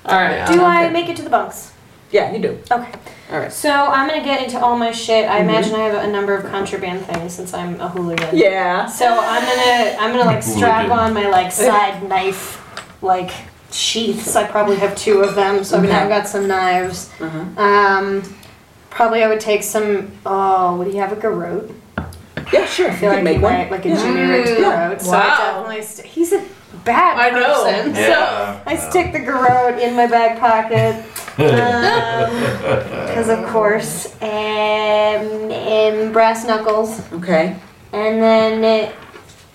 Speaker 5: All right.
Speaker 3: do I make it to the bunks?
Speaker 4: Yeah, you do.
Speaker 3: Okay. Mm-hmm.
Speaker 4: All right.
Speaker 3: So I'm gonna get into all my shit. I imagine I have a number of contraband things since I'm a hooligan.
Speaker 4: Yeah.
Speaker 3: So I'm gonna I'm gonna like strap
Speaker 8: Hooligan.
Speaker 3: on my like side knife like sheaths. I probably have two of them, so
Speaker 4: Okay.
Speaker 3: now I've got some knives.
Speaker 4: Uh-huh.
Speaker 3: Um, probably I would take some. Oh, would you have a garrote?
Speaker 4: Yeah, sure.
Speaker 3: I feel
Speaker 4: you
Speaker 3: like
Speaker 4: can make
Speaker 3: he
Speaker 4: one.
Speaker 3: might, like a
Speaker 4: Yeah.
Speaker 3: junior rigged
Speaker 7: Mm.
Speaker 3: garrote. So I
Speaker 5: Wow.
Speaker 3: definitely st- he's a bad
Speaker 5: I know.
Speaker 3: person.
Speaker 8: Yeah.
Speaker 3: I stick the garrote in my back pocket. Because of course, and, and brass knuckles,
Speaker 4: Okay.
Speaker 3: and then it,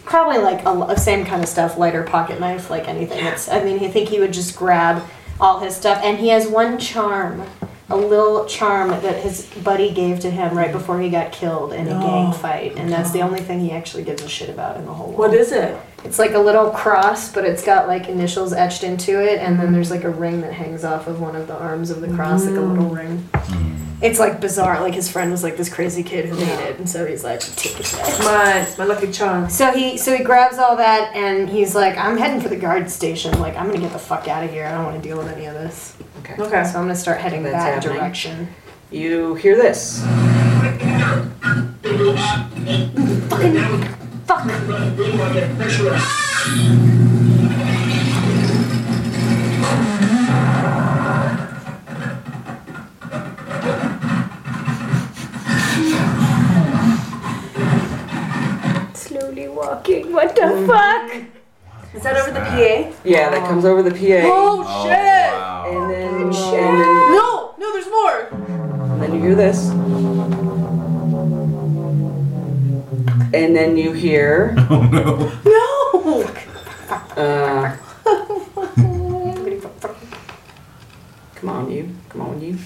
Speaker 3: probably like a, lo- same kind of stuff, lighter pocket knife, like anything. It's, I mean, I think he would just grab all his stuff, and he has one charm, a little charm that his buddy gave to him right before he got killed in a gang fight, and that's the only thing he actually gives a shit about in the whole world.
Speaker 5: What is it?
Speaker 3: It's like a little cross, but it's got like initials etched into it, and then there's like a ring that hangs off of one of the arms of the cross, like a little ring. It's like bizarre. Like his friend was like this crazy kid who made it, and so he's like, take it back.
Speaker 5: Mine. It's my lucky chance.
Speaker 3: So he so he grabs all that, and he's like, I'm heading for the guard station. Like I'm gonna get the fuck out of here. I don't want to deal with any of this.
Speaker 4: Okay.
Speaker 5: Okay.
Speaker 3: So I'm gonna start heading
Speaker 4: That's
Speaker 3: that
Speaker 4: happening.
Speaker 3: direction.
Speaker 4: You hear this.
Speaker 3: Slowly walking. What the fuck?
Speaker 5: Mm. Is that over the PA?
Speaker 4: Yeah, that comes over the PA.
Speaker 5: Oh,
Speaker 8: Oh,
Speaker 5: shit!
Speaker 8: wow.
Speaker 4: And then, and then,
Speaker 5: No, no, there's more.
Speaker 4: then you hear this. And then you hear.
Speaker 8: *laughs* Oh no.
Speaker 5: No.
Speaker 4: Uh, come on, you. Come on, you.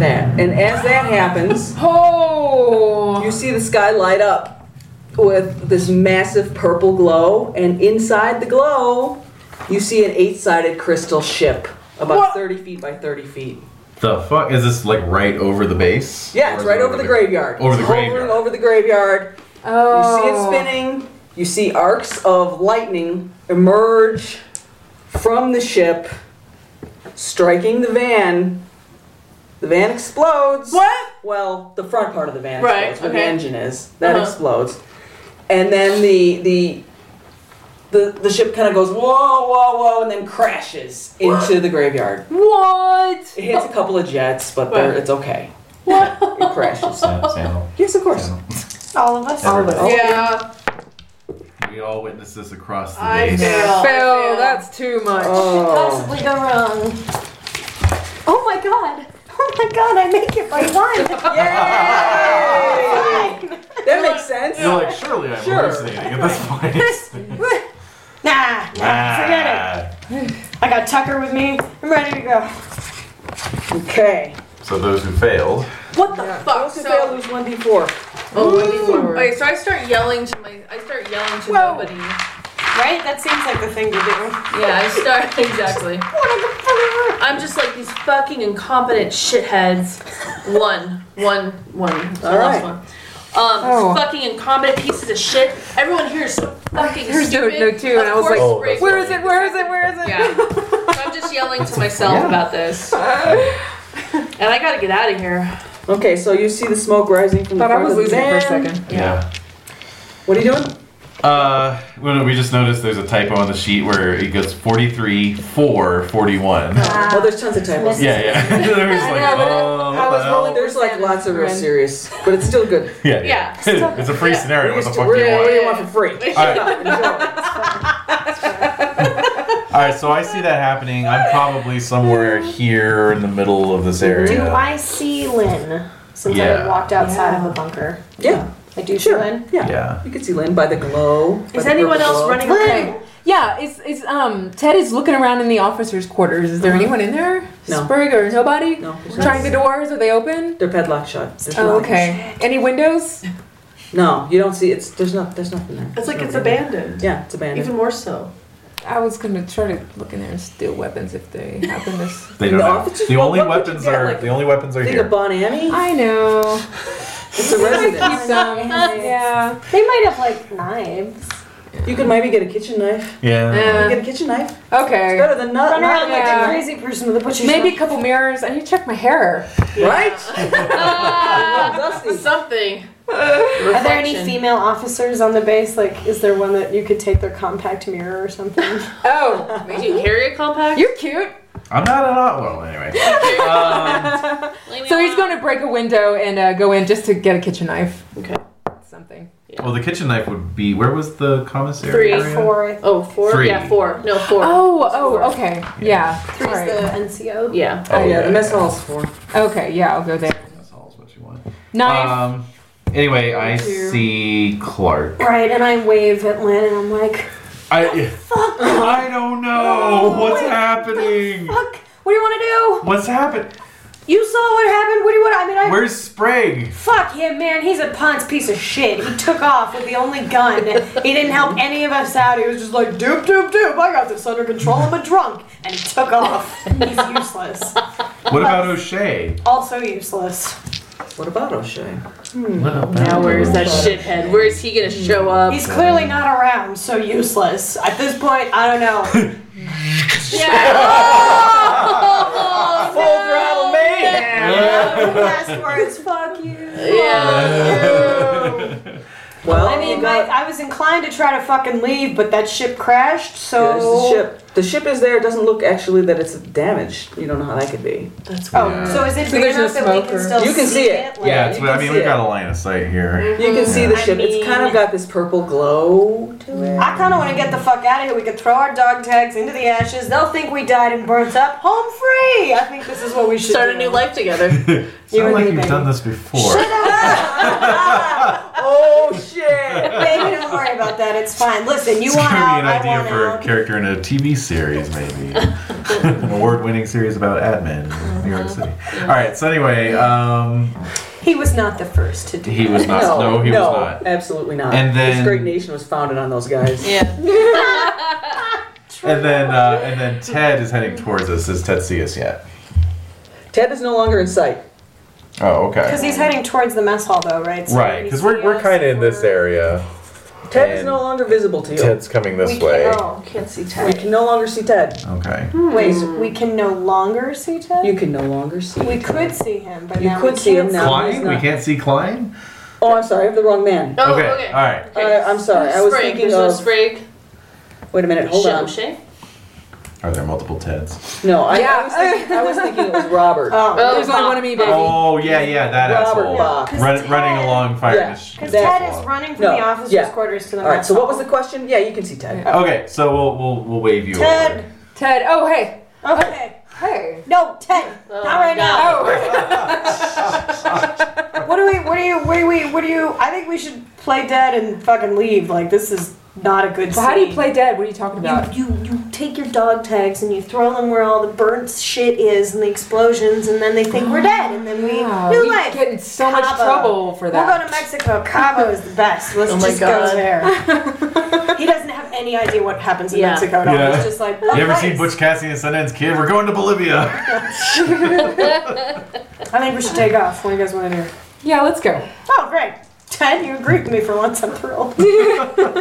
Speaker 4: that. And as that happens,
Speaker 7: Oh.
Speaker 4: you see the sky light up with this massive purple glow, and inside the glow, you see an eight sided crystal ship about 30 feet by 30 feet.
Speaker 8: The fuck is this like right over the base?
Speaker 4: Yeah,
Speaker 8: Or
Speaker 4: it's
Speaker 8: is
Speaker 4: right
Speaker 8: it
Speaker 4: over, the, graveyard.
Speaker 8: Over the
Speaker 4: It's hovering
Speaker 8: graveyard.
Speaker 4: Over the graveyard. You
Speaker 7: Oh.
Speaker 4: see it spinning. You see arcs of lightning emerge from the ship, striking the van. The van explodes.
Speaker 5: What?
Speaker 4: Well, the front part of the van
Speaker 5: Right,
Speaker 4: explodes, where the
Speaker 5: okay.
Speaker 4: engine is. That
Speaker 5: Uh-huh.
Speaker 4: explodes. And then the the the, the ship kind of goes whoa whoa whoa and then crashes
Speaker 7: *gasps*
Speaker 4: into the graveyard.
Speaker 7: What?
Speaker 4: It hits a couple of jets, but they're-
Speaker 5: What?
Speaker 4: it's okay. What? It crashes.
Speaker 8: Sa- Sam,
Speaker 4: *laughs* Yes, of course.
Speaker 8: Sam.
Speaker 3: All of us.
Speaker 8: Everybody.
Speaker 5: Yeah.
Speaker 8: We all witnessed this across the
Speaker 5: I
Speaker 8: base.
Speaker 5: fail.
Speaker 7: Phil, that's too much.
Speaker 4: Oh.
Speaker 9: Possibly go wrong.
Speaker 3: Oh my god. Oh my god, I make it by *laughs* one.
Speaker 4: Yay! That makes sense.
Speaker 8: You're like, surely I'm
Speaker 4: Sure.
Speaker 8: hallucinating at this
Speaker 4: *laughs*
Speaker 8: point.
Speaker 3: nah,
Speaker 8: *laughs* ah.
Speaker 3: I got Tucker with me. I'm ready to go.
Speaker 4: Okay.
Speaker 8: So those who failed.
Speaker 5: What the fuck?
Speaker 4: Those who fail
Speaker 5: So, oh,
Speaker 4: lose one d four.
Speaker 5: okay, so I start yelling to my, I start yelling to nobody.
Speaker 3: Right? That seems like the thing to do.
Speaker 5: Yeah, I start *laughs* exactly. I'm just like these fucking incompetent shitheads. One, one, one. So I
Speaker 4: All
Speaker 5: lost
Speaker 4: right.
Speaker 5: one. Um,
Speaker 7: Oh.
Speaker 5: these fucking incompetent pieces of shit. Everyone here is so fucking
Speaker 7: Here's
Speaker 5: stupid.
Speaker 7: no- no two,
Speaker 5: Of
Speaker 7: and I was
Speaker 5: course
Speaker 7: like,
Speaker 5: it's racism.
Speaker 7: Where is it? Where is it? Where is it?
Speaker 5: Yeah. So I'm just yelling to myself about this. and I gotta get out of here.
Speaker 4: Okay, so you see the smoke rising from the
Speaker 7: Thought I
Speaker 4: front
Speaker 7: was
Speaker 4: of the
Speaker 7: losing it for a
Speaker 4: van.
Speaker 7: second.
Speaker 8: Yeah.
Speaker 4: What are you doing?
Speaker 8: Uh, well, we just noticed there's a typo on the sheet where it goes 43, 4, 41.
Speaker 4: oh, there's tons of typos.
Speaker 8: Yeah, *laughs* yeah. there was like,
Speaker 7: I know, but
Speaker 8: oh,
Speaker 7: I was
Speaker 8: what the hell?
Speaker 7: rolling
Speaker 4: There's like lots of real
Speaker 7: Friend.
Speaker 4: serious, but it's still good.
Speaker 8: Yeah,
Speaker 5: Yeah,
Speaker 8: *laughs* it's a free
Speaker 5: yeah.
Speaker 8: scenario. What
Speaker 4: We're
Speaker 8: the
Speaker 4: just-
Speaker 8: fuck
Speaker 4: we're-
Speaker 8: do you
Speaker 4: What do
Speaker 8: want?
Speaker 4: you want for
Speaker 8: *laughs*
Speaker 4: free?
Speaker 8: All right.
Speaker 4: Enjoy.
Speaker 8: All right, so I see that happening. I'm probably somewhere here in the middle of this area.
Speaker 3: Do I see Lynn? Since I
Speaker 8: uh, Yeah.
Speaker 3: had walked outside of the bunker.
Speaker 4: Yeah,
Speaker 3: I do see
Speaker 4: sure.
Speaker 3: Lynn.
Speaker 4: Yeah.
Speaker 8: Yeah.
Speaker 4: You can see Lynn by the glow. by
Speaker 5: Is
Speaker 4: the
Speaker 5: anyone
Speaker 4: purple
Speaker 5: else
Speaker 4: glow.
Speaker 5: running okay?
Speaker 7: Lynn! Yeah, it's, it's, um, Ted is looking around in the officer's quarters. Is there anyone in there?
Speaker 4: Uh-huh. No.
Speaker 7: Sprig or nobody?
Speaker 4: No.
Speaker 7: Trying the doors? Are they open?
Speaker 4: They're padlock shut. There's
Speaker 7: Oh,
Speaker 4: nothing.
Speaker 7: okay. Any windows?
Speaker 4: No, you don't see. It's there's not. There's nothing there.
Speaker 5: It's like it's
Speaker 4: Nobody.
Speaker 5: abandoned.
Speaker 4: Yeah, it's abandoned.
Speaker 5: Even more so.
Speaker 7: I was gonna try to look in there and steal weapons if they happen to.
Speaker 8: They don't
Speaker 4: No,
Speaker 8: have.
Speaker 4: it's just-
Speaker 8: The
Speaker 4: well,
Speaker 8: only
Speaker 4: what would you
Speaker 8: weapons
Speaker 4: get,
Speaker 8: are
Speaker 4: like,
Speaker 8: the only weapons are
Speaker 4: Think
Speaker 8: here.
Speaker 4: of Bon Annie.
Speaker 7: I know.
Speaker 4: It's a
Speaker 7: *laughs*
Speaker 4: residence.
Speaker 7: Keep them.
Speaker 4: *laughs*
Speaker 7: Yeah.
Speaker 3: They might have like knives.
Speaker 4: You could maybe get a kitchen knife.
Speaker 8: Yeah.
Speaker 4: You
Speaker 7: Uh,
Speaker 4: get a kitchen knife. It's
Speaker 7: okay.
Speaker 4: better than not.
Speaker 3: Run around like
Speaker 7: Yeah.
Speaker 3: a crazy person with a butcher's
Speaker 7: Maybe a couple mirrors. I need to check my hair.
Speaker 4: Right? *laughs* Dusty.
Speaker 5: Something.
Speaker 3: Are there any female officers on the base? Like, is there one that you could take their compact mirror or
Speaker 7: *laughs*
Speaker 3: something?
Speaker 7: Oh,
Speaker 5: Did you carry a compact?
Speaker 7: you're cute.
Speaker 8: I'm not an odd well anyway. um,
Speaker 5: Leave me
Speaker 7: So he's
Speaker 5: alone.
Speaker 7: going to break a window and uh, go in just to get a kitchen knife.
Speaker 5: Okay.
Speaker 7: Something.
Speaker 8: well, the kitchen knife would be. Where was the commissary?
Speaker 5: Three.
Speaker 8: area?
Speaker 3: Four.
Speaker 5: Oh, four?
Speaker 8: Three.
Speaker 5: Yeah, four. No, four.
Speaker 7: Oh, oh, okay. Yeah.
Speaker 3: Three's
Speaker 7: All right.
Speaker 3: the NCO.
Speaker 5: Yeah.
Speaker 8: Oh,
Speaker 4: yeah,
Speaker 8: yeah.
Speaker 4: the mess hall's for.
Speaker 7: Okay, yeah, I'll go there.
Speaker 8: That's all is what you want.
Speaker 7: Knife.
Speaker 8: Um. Anyway, I
Speaker 7: Thank you.
Speaker 8: see Clark.
Speaker 3: Right, and I wave at Lynn and I'm like,
Speaker 8: I. I don't know what's happening.
Speaker 3: Look, what do you want
Speaker 8: What's happening?
Speaker 3: to do? You saw what happened. What do you want? I mean, I.
Speaker 8: Where's Sprague?
Speaker 3: Fuck him, man. He's a punt's piece of shit. He took off with the only gun. He didn't help any of us out. He was just like, doop, doop, doop. I got this under control. I'm a drunk. And he took off. He's useless.
Speaker 8: What about O'Shea?
Speaker 3: Also useless.
Speaker 4: What about O'Shea?
Speaker 5: Now where's that shithead? Where is he gonna
Speaker 7: Hmm.
Speaker 5: show up?
Speaker 3: He's clearly not around, so useless. At this point, I don't know.
Speaker 5: *laughs* Oh!
Speaker 4: Full throttle man!
Speaker 3: Last words, fuck you.
Speaker 4: Well,
Speaker 3: I mean,
Speaker 4: you
Speaker 3: my,
Speaker 4: got,
Speaker 3: I was inclined to try to fucking leave, but that ship crashed,
Speaker 4: yeah, this is
Speaker 3: so.
Speaker 4: the ship. The ship is there. It doesn't look actually that it's damaged. You don't know how that could be.
Speaker 5: That's
Speaker 3: Oh,
Speaker 8: Yeah.
Speaker 3: so is it
Speaker 7: So
Speaker 3: big
Speaker 7: there's no
Speaker 3: enough that we
Speaker 7: smoke
Speaker 3: can
Speaker 7: or-
Speaker 3: still
Speaker 4: You can see it.
Speaker 3: Like,
Speaker 8: yeah,
Speaker 4: Yeah,
Speaker 8: it's,
Speaker 4: you
Speaker 8: I
Speaker 4: can
Speaker 8: mean,
Speaker 4: see
Speaker 8: we got
Speaker 4: it.
Speaker 8: a line of sight here.
Speaker 4: You can see the
Speaker 3: I
Speaker 4: ship. it's kind
Speaker 3: mean-
Speaker 4: of got this purple glow to it.
Speaker 3: I kind of want to get the fuck out of here. We could throw our dog tags into the ashes. They'll think we died and burnt up. Home free. I think this is what we should
Speaker 5: Start a
Speaker 3: do.
Speaker 5: new life together.
Speaker 3: You
Speaker 8: Sound
Speaker 3: and
Speaker 8: like
Speaker 3: me,
Speaker 8: you've
Speaker 3: baby.
Speaker 8: done this before.
Speaker 4: Oh shit!
Speaker 3: Baby, don't worry about that. It's fine. Listen, you
Speaker 8: It's
Speaker 3: want
Speaker 8: gonna
Speaker 3: out.
Speaker 8: be an
Speaker 3: I
Speaker 8: idea
Speaker 3: want
Speaker 8: for
Speaker 3: out.
Speaker 8: a character in a TV series, maybe. an award-winning series about ad men in New York City. All right. So anyway, um,
Speaker 3: He was not the first to do.
Speaker 8: he was not. No, he was not.
Speaker 4: Absolutely not.
Speaker 8: And then-
Speaker 4: this great nation was founded on those guys.
Speaker 5: yeah.
Speaker 8: And then, uh, and then Ted is heading towards us. Does Ted see us yet?
Speaker 4: Ted is no longer in sight.
Speaker 8: Oh, okay.
Speaker 3: Because he's heading towards the mess hall, though, right? So
Speaker 8: Right,
Speaker 3: he
Speaker 8: because we're,
Speaker 3: sees
Speaker 8: we're
Speaker 3: us,
Speaker 8: kind of in this
Speaker 3: we're-
Speaker 8: area.
Speaker 4: Ted is
Speaker 8: And
Speaker 4: no longer visible to you.
Speaker 8: Ted's coming
Speaker 3: We
Speaker 8: this
Speaker 3: can,
Speaker 8: way.
Speaker 3: oh,
Speaker 5: Can't see
Speaker 4: You
Speaker 5: Ted.
Speaker 4: can no longer see Ted.
Speaker 8: Okay.
Speaker 3: wait, we can no longer see Ted.
Speaker 4: Mm. You can no longer see.
Speaker 3: we
Speaker 4: Ted.
Speaker 3: could see him, but
Speaker 4: You
Speaker 3: now
Speaker 4: could
Speaker 3: we
Speaker 4: see
Speaker 3: can't
Speaker 4: him
Speaker 3: see
Speaker 4: now. No, he's
Speaker 8: Klein? We
Speaker 4: not.
Speaker 8: can't see Klein?
Speaker 4: Oh, I'm sorry. I have the wrong man.
Speaker 5: Oh,
Speaker 8: Okay,
Speaker 5: okay.
Speaker 8: all right.
Speaker 4: Uh, I'm sorry. I was
Speaker 5: Sprague.
Speaker 4: thinking
Speaker 5: There's no
Speaker 4: of-
Speaker 5: Sprague.
Speaker 4: Wait a minute. Hold on.
Speaker 5: Shellshay?
Speaker 8: Are there multiple Teds?
Speaker 4: No, I, I,
Speaker 7: Yeah.
Speaker 4: was thinking, I was thinking it was Robert.
Speaker 3: Oh,
Speaker 5: Oh,
Speaker 7: There's only
Speaker 5: Bob.
Speaker 7: one of me, baby.
Speaker 8: Oh, yeah, yeah, that
Speaker 4: Robert
Speaker 8: asshole.
Speaker 4: Bob.
Speaker 8: Run,
Speaker 3: 'Cause
Speaker 8: running
Speaker 3: Ted-
Speaker 8: along fire.
Speaker 4: Yeah,
Speaker 8: dis-
Speaker 3: because
Speaker 8: dis-
Speaker 3: Ted
Speaker 8: law.
Speaker 3: is running from
Speaker 4: No,
Speaker 3: the officer's
Speaker 4: yeah.
Speaker 3: quarters to the
Speaker 4: All right.
Speaker 3: mess
Speaker 4: So what
Speaker 3: hall.
Speaker 4: was the question? Yeah, you can see Ted.
Speaker 8: Okay, so we'll, we'll, we'll wave you
Speaker 3: Ted.
Speaker 8: over.
Speaker 7: Ted. Oh, hey.
Speaker 3: Okay.
Speaker 7: Hey.
Speaker 3: No, Ted.
Speaker 5: Oh,
Speaker 3: not right now. Oh.
Speaker 7: Oh.
Speaker 3: *laughs* What do we? What do you? What do we? What do you? I think we should play dead and fucking leave. Like this is not a good.
Speaker 7: Well, how do you
Speaker 3: scene.
Speaker 7: play dead? What are you talking about?
Speaker 3: You, you you take your dog tags and you throw them where all the burnt shit is and the explosions, and then they think
Speaker 4: Oh,
Speaker 3: we're dead, and then we
Speaker 7: Yeah,
Speaker 3: new
Speaker 7: we
Speaker 3: life.
Speaker 7: get in so much
Speaker 3: Cabo.
Speaker 7: trouble for that.
Speaker 3: We'll go to Mexico. Cabo is the best. Let's
Speaker 5: Oh my
Speaker 3: just
Speaker 5: God.
Speaker 3: go there.
Speaker 7: *laughs*
Speaker 3: he doesn't have any idea what happens in
Speaker 5: Yeah.
Speaker 3: Mexico at all.
Speaker 8: Yeah.
Speaker 3: He's just like, oh,
Speaker 8: You ever
Speaker 3: nice.
Speaker 8: seen Butch Cassidy and Sundance Kid? We're going to Bolivia. *laughs*
Speaker 3: I think we should take off. What do you guys want to do?
Speaker 7: Yeah, let's go.
Speaker 3: Oh, great. Ted, you agree with me for once. I'm
Speaker 7: *laughs*
Speaker 3: thrilled. Lynn, come on.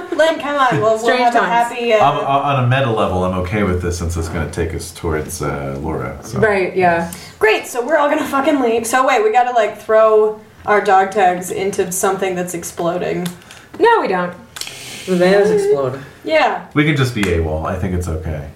Speaker 3: We'll, we'll
Speaker 7: Strange
Speaker 3: have a
Speaker 7: times.
Speaker 3: happy.
Speaker 8: I'm,
Speaker 3: Uh,
Speaker 8: on a meta level, I'm okay with this since it's going to take us towards uh, Laura. So.
Speaker 7: Right. Yeah.
Speaker 3: Great, so we're all gonna fucking leave. So wait, we gotta like throw our dog tags into something that's exploding.
Speaker 7: No, we don't.
Speaker 4: The van has exploded.
Speaker 3: Yeah.
Speaker 8: We can just be AWOL. I think it's okay.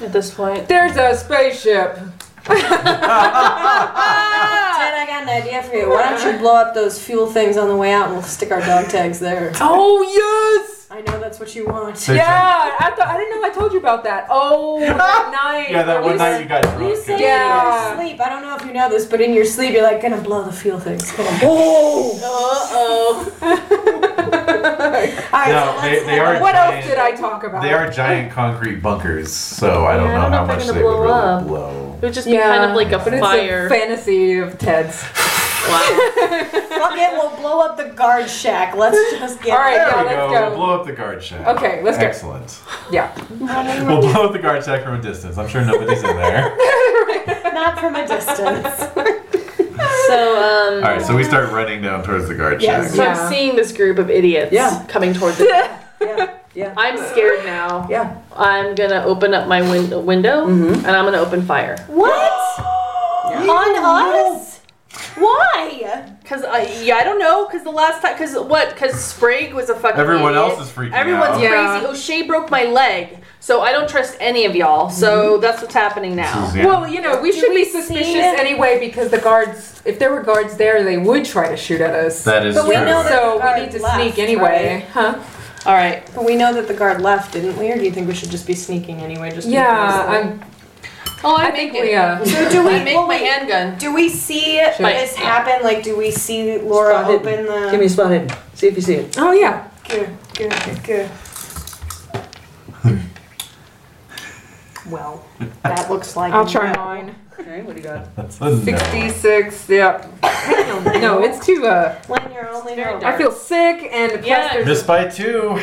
Speaker 5: At this point.
Speaker 7: There's a spaceship.
Speaker 3: Ted, I got an idea for you. Why don't you blow up those fuel things on the way out and we'll stick our dog tags there?
Speaker 7: Oh yes.
Speaker 3: I know that's what you want.
Speaker 8: They
Speaker 7: Yeah.
Speaker 8: turned-
Speaker 7: I thought I didn't know I told you about that. *laughs* Oh, that night.
Speaker 8: Yeah, that one night you got
Speaker 3: You
Speaker 8: drunk.
Speaker 3: say
Speaker 7: Yeah.
Speaker 3: in your sleep. I don't know if you know this, but in your sleep you're like gonna blow the fuel things. Gonna blow.
Speaker 5: Uh-oh.
Speaker 3: All right,
Speaker 8: No,
Speaker 3: so
Speaker 8: they-
Speaker 3: let's-
Speaker 8: they are-
Speaker 7: What else did I talk about?
Speaker 8: They are giant concrete bunkers, so I don't
Speaker 5: Yeah,
Speaker 8: know
Speaker 5: I don't know
Speaker 8: how
Speaker 5: if they're
Speaker 8: much
Speaker 5: gonna
Speaker 8: they would
Speaker 5: blow
Speaker 8: really
Speaker 5: up.
Speaker 8: blow.
Speaker 5: It would just be
Speaker 7: yeah,
Speaker 5: kind of like a
Speaker 7: but it's
Speaker 5: fire.
Speaker 7: a fantasy of Ted's.
Speaker 5: wow.
Speaker 3: Fuck it, we'll blow up the guard shack. Let's just get
Speaker 7: All right,
Speaker 8: There
Speaker 7: yeah,
Speaker 8: we
Speaker 7: let's
Speaker 8: go.
Speaker 7: go.
Speaker 8: We'll blow up the guard shack.
Speaker 7: Okay, let's go.
Speaker 8: Excellent.
Speaker 7: Yeah.
Speaker 8: *laughs* We'll blow up the guard shack from a distance. I'm sure nobody's in there.
Speaker 3: not from a distance.
Speaker 5: So, um.
Speaker 8: All right, so we start running down towards the guard
Speaker 3: Yes.
Speaker 5: So
Speaker 8: shack.
Speaker 7: Yeah.
Speaker 5: I'm seeing this group of idiots
Speaker 4: Yeah.
Speaker 5: coming
Speaker 7: *laughs*
Speaker 5: towards it.
Speaker 4: Yeah, yeah,
Speaker 5: I'm scared now.
Speaker 4: yeah.
Speaker 5: I'm gonna open up my win- window
Speaker 4: Mm-hmm.
Speaker 5: and I'm gonna open fire.
Speaker 3: What? On us? *laughs* Why?
Speaker 5: Cause I yeah I don't know cause the last time cause what cause Sprague was a fucking
Speaker 8: Everyone
Speaker 5: idiot.
Speaker 8: else is freaking
Speaker 5: everyone's
Speaker 8: out.
Speaker 7: Yeah.
Speaker 5: crazy O'Shea broke my leg so I don't trust any of y'all so that's what's happening now
Speaker 8: Suzanne.
Speaker 7: Well, you know, we should
Speaker 3: we
Speaker 7: be
Speaker 3: see
Speaker 7: suspicious
Speaker 3: it?
Speaker 7: anyway because the guards, if there were guards there, they would try to shoot at us.
Speaker 8: that is
Speaker 3: But
Speaker 8: true.
Speaker 3: we know that-
Speaker 7: so
Speaker 3: Guard
Speaker 7: we need to
Speaker 3: left,
Speaker 7: sneak anyway, huh?
Speaker 5: all right
Speaker 3: But we know that the guard left, didn't we? Or do you think we should just be sneaking anyway? Just in
Speaker 7: Yeah,
Speaker 3: case?
Speaker 7: I'm,
Speaker 5: oh I,
Speaker 7: I
Speaker 5: make
Speaker 7: think
Speaker 5: it
Speaker 7: we, uh,
Speaker 3: So *laughs* do we
Speaker 5: I make
Speaker 3: well,
Speaker 5: my
Speaker 3: wait,
Speaker 5: handgun
Speaker 3: Do we see
Speaker 7: Sure.
Speaker 3: this happen? Like, do we see Laura
Speaker 4: Spot
Speaker 3: open
Speaker 4: hidden.
Speaker 3: the?
Speaker 4: Give me a spot hidden. See if you see it.
Speaker 7: oh yeah.
Speaker 3: Good, good, good, good. well, that looks like.
Speaker 7: I'll try mine.
Speaker 4: Okay, what do you got?
Speaker 8: *laughs* That's a no.
Speaker 7: 66, yep. no, it's too, uh,
Speaker 3: When you're only
Speaker 5: Very
Speaker 3: known.
Speaker 5: dark.
Speaker 7: I feel sick and plus
Speaker 5: Yeah.
Speaker 7: there's-
Speaker 8: Missed by two.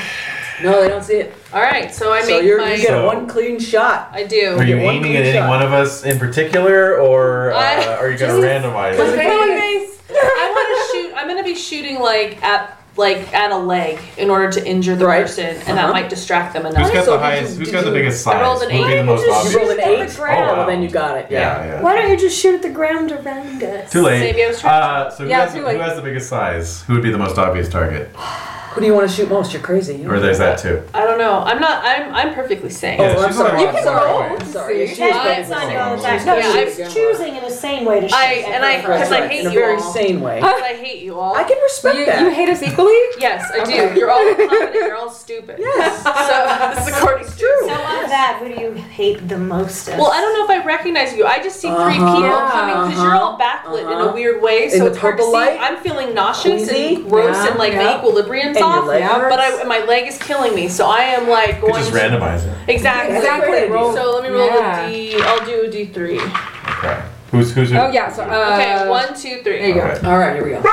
Speaker 4: No, they don't see it.
Speaker 5: all right so I
Speaker 4: so
Speaker 5: make
Speaker 4: you're,
Speaker 5: my
Speaker 4: you get
Speaker 8: So-
Speaker 4: one clean shot.
Speaker 5: I do
Speaker 8: Are you
Speaker 4: get one
Speaker 8: aiming
Speaker 4: clean
Speaker 8: at any
Speaker 4: shot.
Speaker 8: one of us in particular, or
Speaker 5: I-
Speaker 8: uh, are you going to randomize it?
Speaker 5: I want to shoot I'm gonna be shooting like at like at a leg in order to injure the
Speaker 4: Right.
Speaker 5: person, and
Speaker 4: Uh-huh.
Speaker 5: that might distract them enough.
Speaker 8: Who's got
Speaker 4: So
Speaker 8: the
Speaker 4: did
Speaker 8: highest?
Speaker 4: you-
Speaker 8: Who's
Speaker 4: did
Speaker 8: got the
Speaker 4: you-
Speaker 8: biggest
Speaker 5: I
Speaker 8: size?
Speaker 5: rolled an
Speaker 8: Would be
Speaker 5: eight,
Speaker 8: the most
Speaker 5: which is
Speaker 8: obvious.
Speaker 4: You rolled an
Speaker 5: Shoot
Speaker 4: eight.
Speaker 5: on the ground.
Speaker 8: Oh, wow.
Speaker 4: Well, then you got it. Yeah.
Speaker 8: Yeah, yeah.
Speaker 3: Why don't you just shoot at the ground around us?
Speaker 8: Too late.
Speaker 5: Maybe I was trying
Speaker 8: uh, so who,
Speaker 7: Yeah,
Speaker 8: has,
Speaker 7: too
Speaker 8: who
Speaker 7: late.
Speaker 8: has the biggest size? Who would be the most obvious target?
Speaker 4: Who do you want to shoot most? You're crazy. You
Speaker 8: Or there's that too.
Speaker 5: I don't know. I'm not. I'm. I'm perfectly sane.
Speaker 4: Oh, I'm
Speaker 8: she's
Speaker 4: sorry.
Speaker 8: not
Speaker 4: You
Speaker 8: wrong.
Speaker 4: can
Speaker 8: Sorry.
Speaker 4: I'm sorry.
Speaker 7: See?
Speaker 4: She was
Speaker 5: Uh,
Speaker 4: very
Speaker 5: it's
Speaker 4: wrong.
Speaker 5: not
Speaker 8: your back.
Speaker 3: No,
Speaker 5: Yeah,
Speaker 3: she's
Speaker 4: I've-
Speaker 3: choosing in a sane way to shoot.
Speaker 5: I and I because I
Speaker 4: Right,
Speaker 5: hate
Speaker 4: in a
Speaker 5: you
Speaker 4: very
Speaker 5: all.
Speaker 4: sane way.
Speaker 5: 'Cause I hate you all.
Speaker 4: I can respect
Speaker 7: You,
Speaker 4: that.
Speaker 7: you hate us equally?
Speaker 5: Yes, I
Speaker 4: Okay.
Speaker 5: do. You're
Speaker 4: *laughs*
Speaker 5: all incompetent. You're all stupid.
Speaker 4: Yes.
Speaker 5: So this is according to
Speaker 4: true.
Speaker 3: So on that, who do you hate the most? Of?
Speaker 5: Well, I don't know if I recognize you. I just see 3 people
Speaker 4: Uh-huh,
Speaker 5: coming because you're all backlit in
Speaker 4: uh-huh.
Speaker 5: a weird way, so
Speaker 4: In the
Speaker 5: it's hard to
Speaker 4: purple
Speaker 5: see.
Speaker 4: light?
Speaker 5: I'm feeling nauseous
Speaker 4: Queasy?
Speaker 5: and gross
Speaker 7: Yeah,
Speaker 5: and like
Speaker 7: yeah.
Speaker 5: my equilibrium's
Speaker 4: And your
Speaker 5: off.
Speaker 4: leg hurts?
Speaker 5: But I, my leg is killing me, so I am like
Speaker 8: You
Speaker 5: going.
Speaker 8: could just
Speaker 5: to-
Speaker 8: randomize it.
Speaker 5: exactly.
Speaker 4: Exactly.
Speaker 5: So let me roll
Speaker 7: Yeah.
Speaker 5: a D. I'll do a D three.
Speaker 8: Okay. Who's who's who?
Speaker 7: Oh yeah. So uh,
Speaker 5: okay, one, two, three.
Speaker 7: There you go.
Speaker 8: Okay.
Speaker 4: All right, here we go.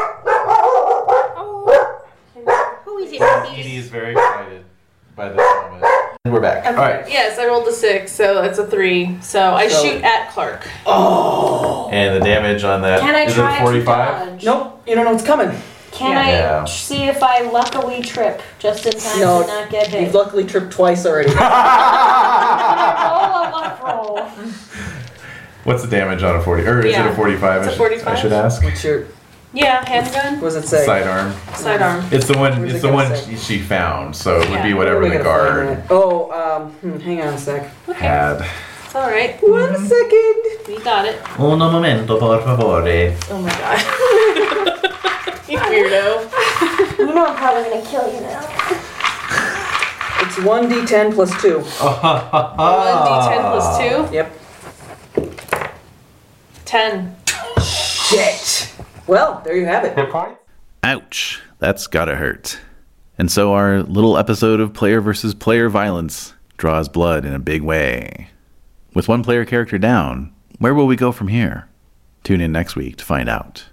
Speaker 3: Who is it?
Speaker 8: Edie is very excited by this moment. And we're back. All right.
Speaker 5: Yes, I rolled a six, so that's a three. So I
Speaker 4: So-
Speaker 5: shoot at Clark.
Speaker 8: And the damage on that is
Speaker 3: Can I try
Speaker 8: it
Speaker 3: to
Speaker 8: 45?
Speaker 3: dodge?
Speaker 4: Nope, you don't know what's coming.
Speaker 3: Can
Speaker 5: Yeah.
Speaker 3: I
Speaker 8: Yeah.
Speaker 3: see if I luckily trip just in time
Speaker 4: No,
Speaker 3: to not get hit?
Speaker 4: You've luckily tripped twice already.
Speaker 8: *laughs*
Speaker 3: Can I roll a luck roll?
Speaker 8: What's the damage on a 40? Or is it
Speaker 5: Yeah.
Speaker 8: a 45?
Speaker 5: It's a
Speaker 8: I should- I
Speaker 5: 45.
Speaker 8: should ask.
Speaker 4: What's your,
Speaker 5: Yeah, handgun,
Speaker 4: what does it say?
Speaker 8: Sidearm.
Speaker 5: sidearm.
Speaker 8: It's the one.
Speaker 4: Where's it
Speaker 8: It's the
Speaker 4: gonna
Speaker 8: one
Speaker 4: say?
Speaker 8: she, she found. So it would
Speaker 5: Yeah.
Speaker 8: be
Speaker 4: What am
Speaker 8: whatever
Speaker 4: I
Speaker 8: the
Speaker 4: gonna find
Speaker 8: guard
Speaker 4: in it? Oh, um, hmm, hang on a sec. Mm-hmm.
Speaker 8: had.
Speaker 5: It's all right.
Speaker 4: One second.
Speaker 5: We got it.
Speaker 8: Uno momento, por favore.
Speaker 5: Oh my god. you weirdo.
Speaker 3: You know I'm probably gonna kill you now.
Speaker 4: It's 1d10 plus 2.
Speaker 5: One d10 plus two.
Speaker 4: Yep.
Speaker 5: Ten.
Speaker 4: Shit. Well, there you have it.
Speaker 1: Ouch, that's gotta hurt. And so our little episode of player versus player violence draws blood in a big way. With one player character down, where will we go from here? Tune in next week to find out.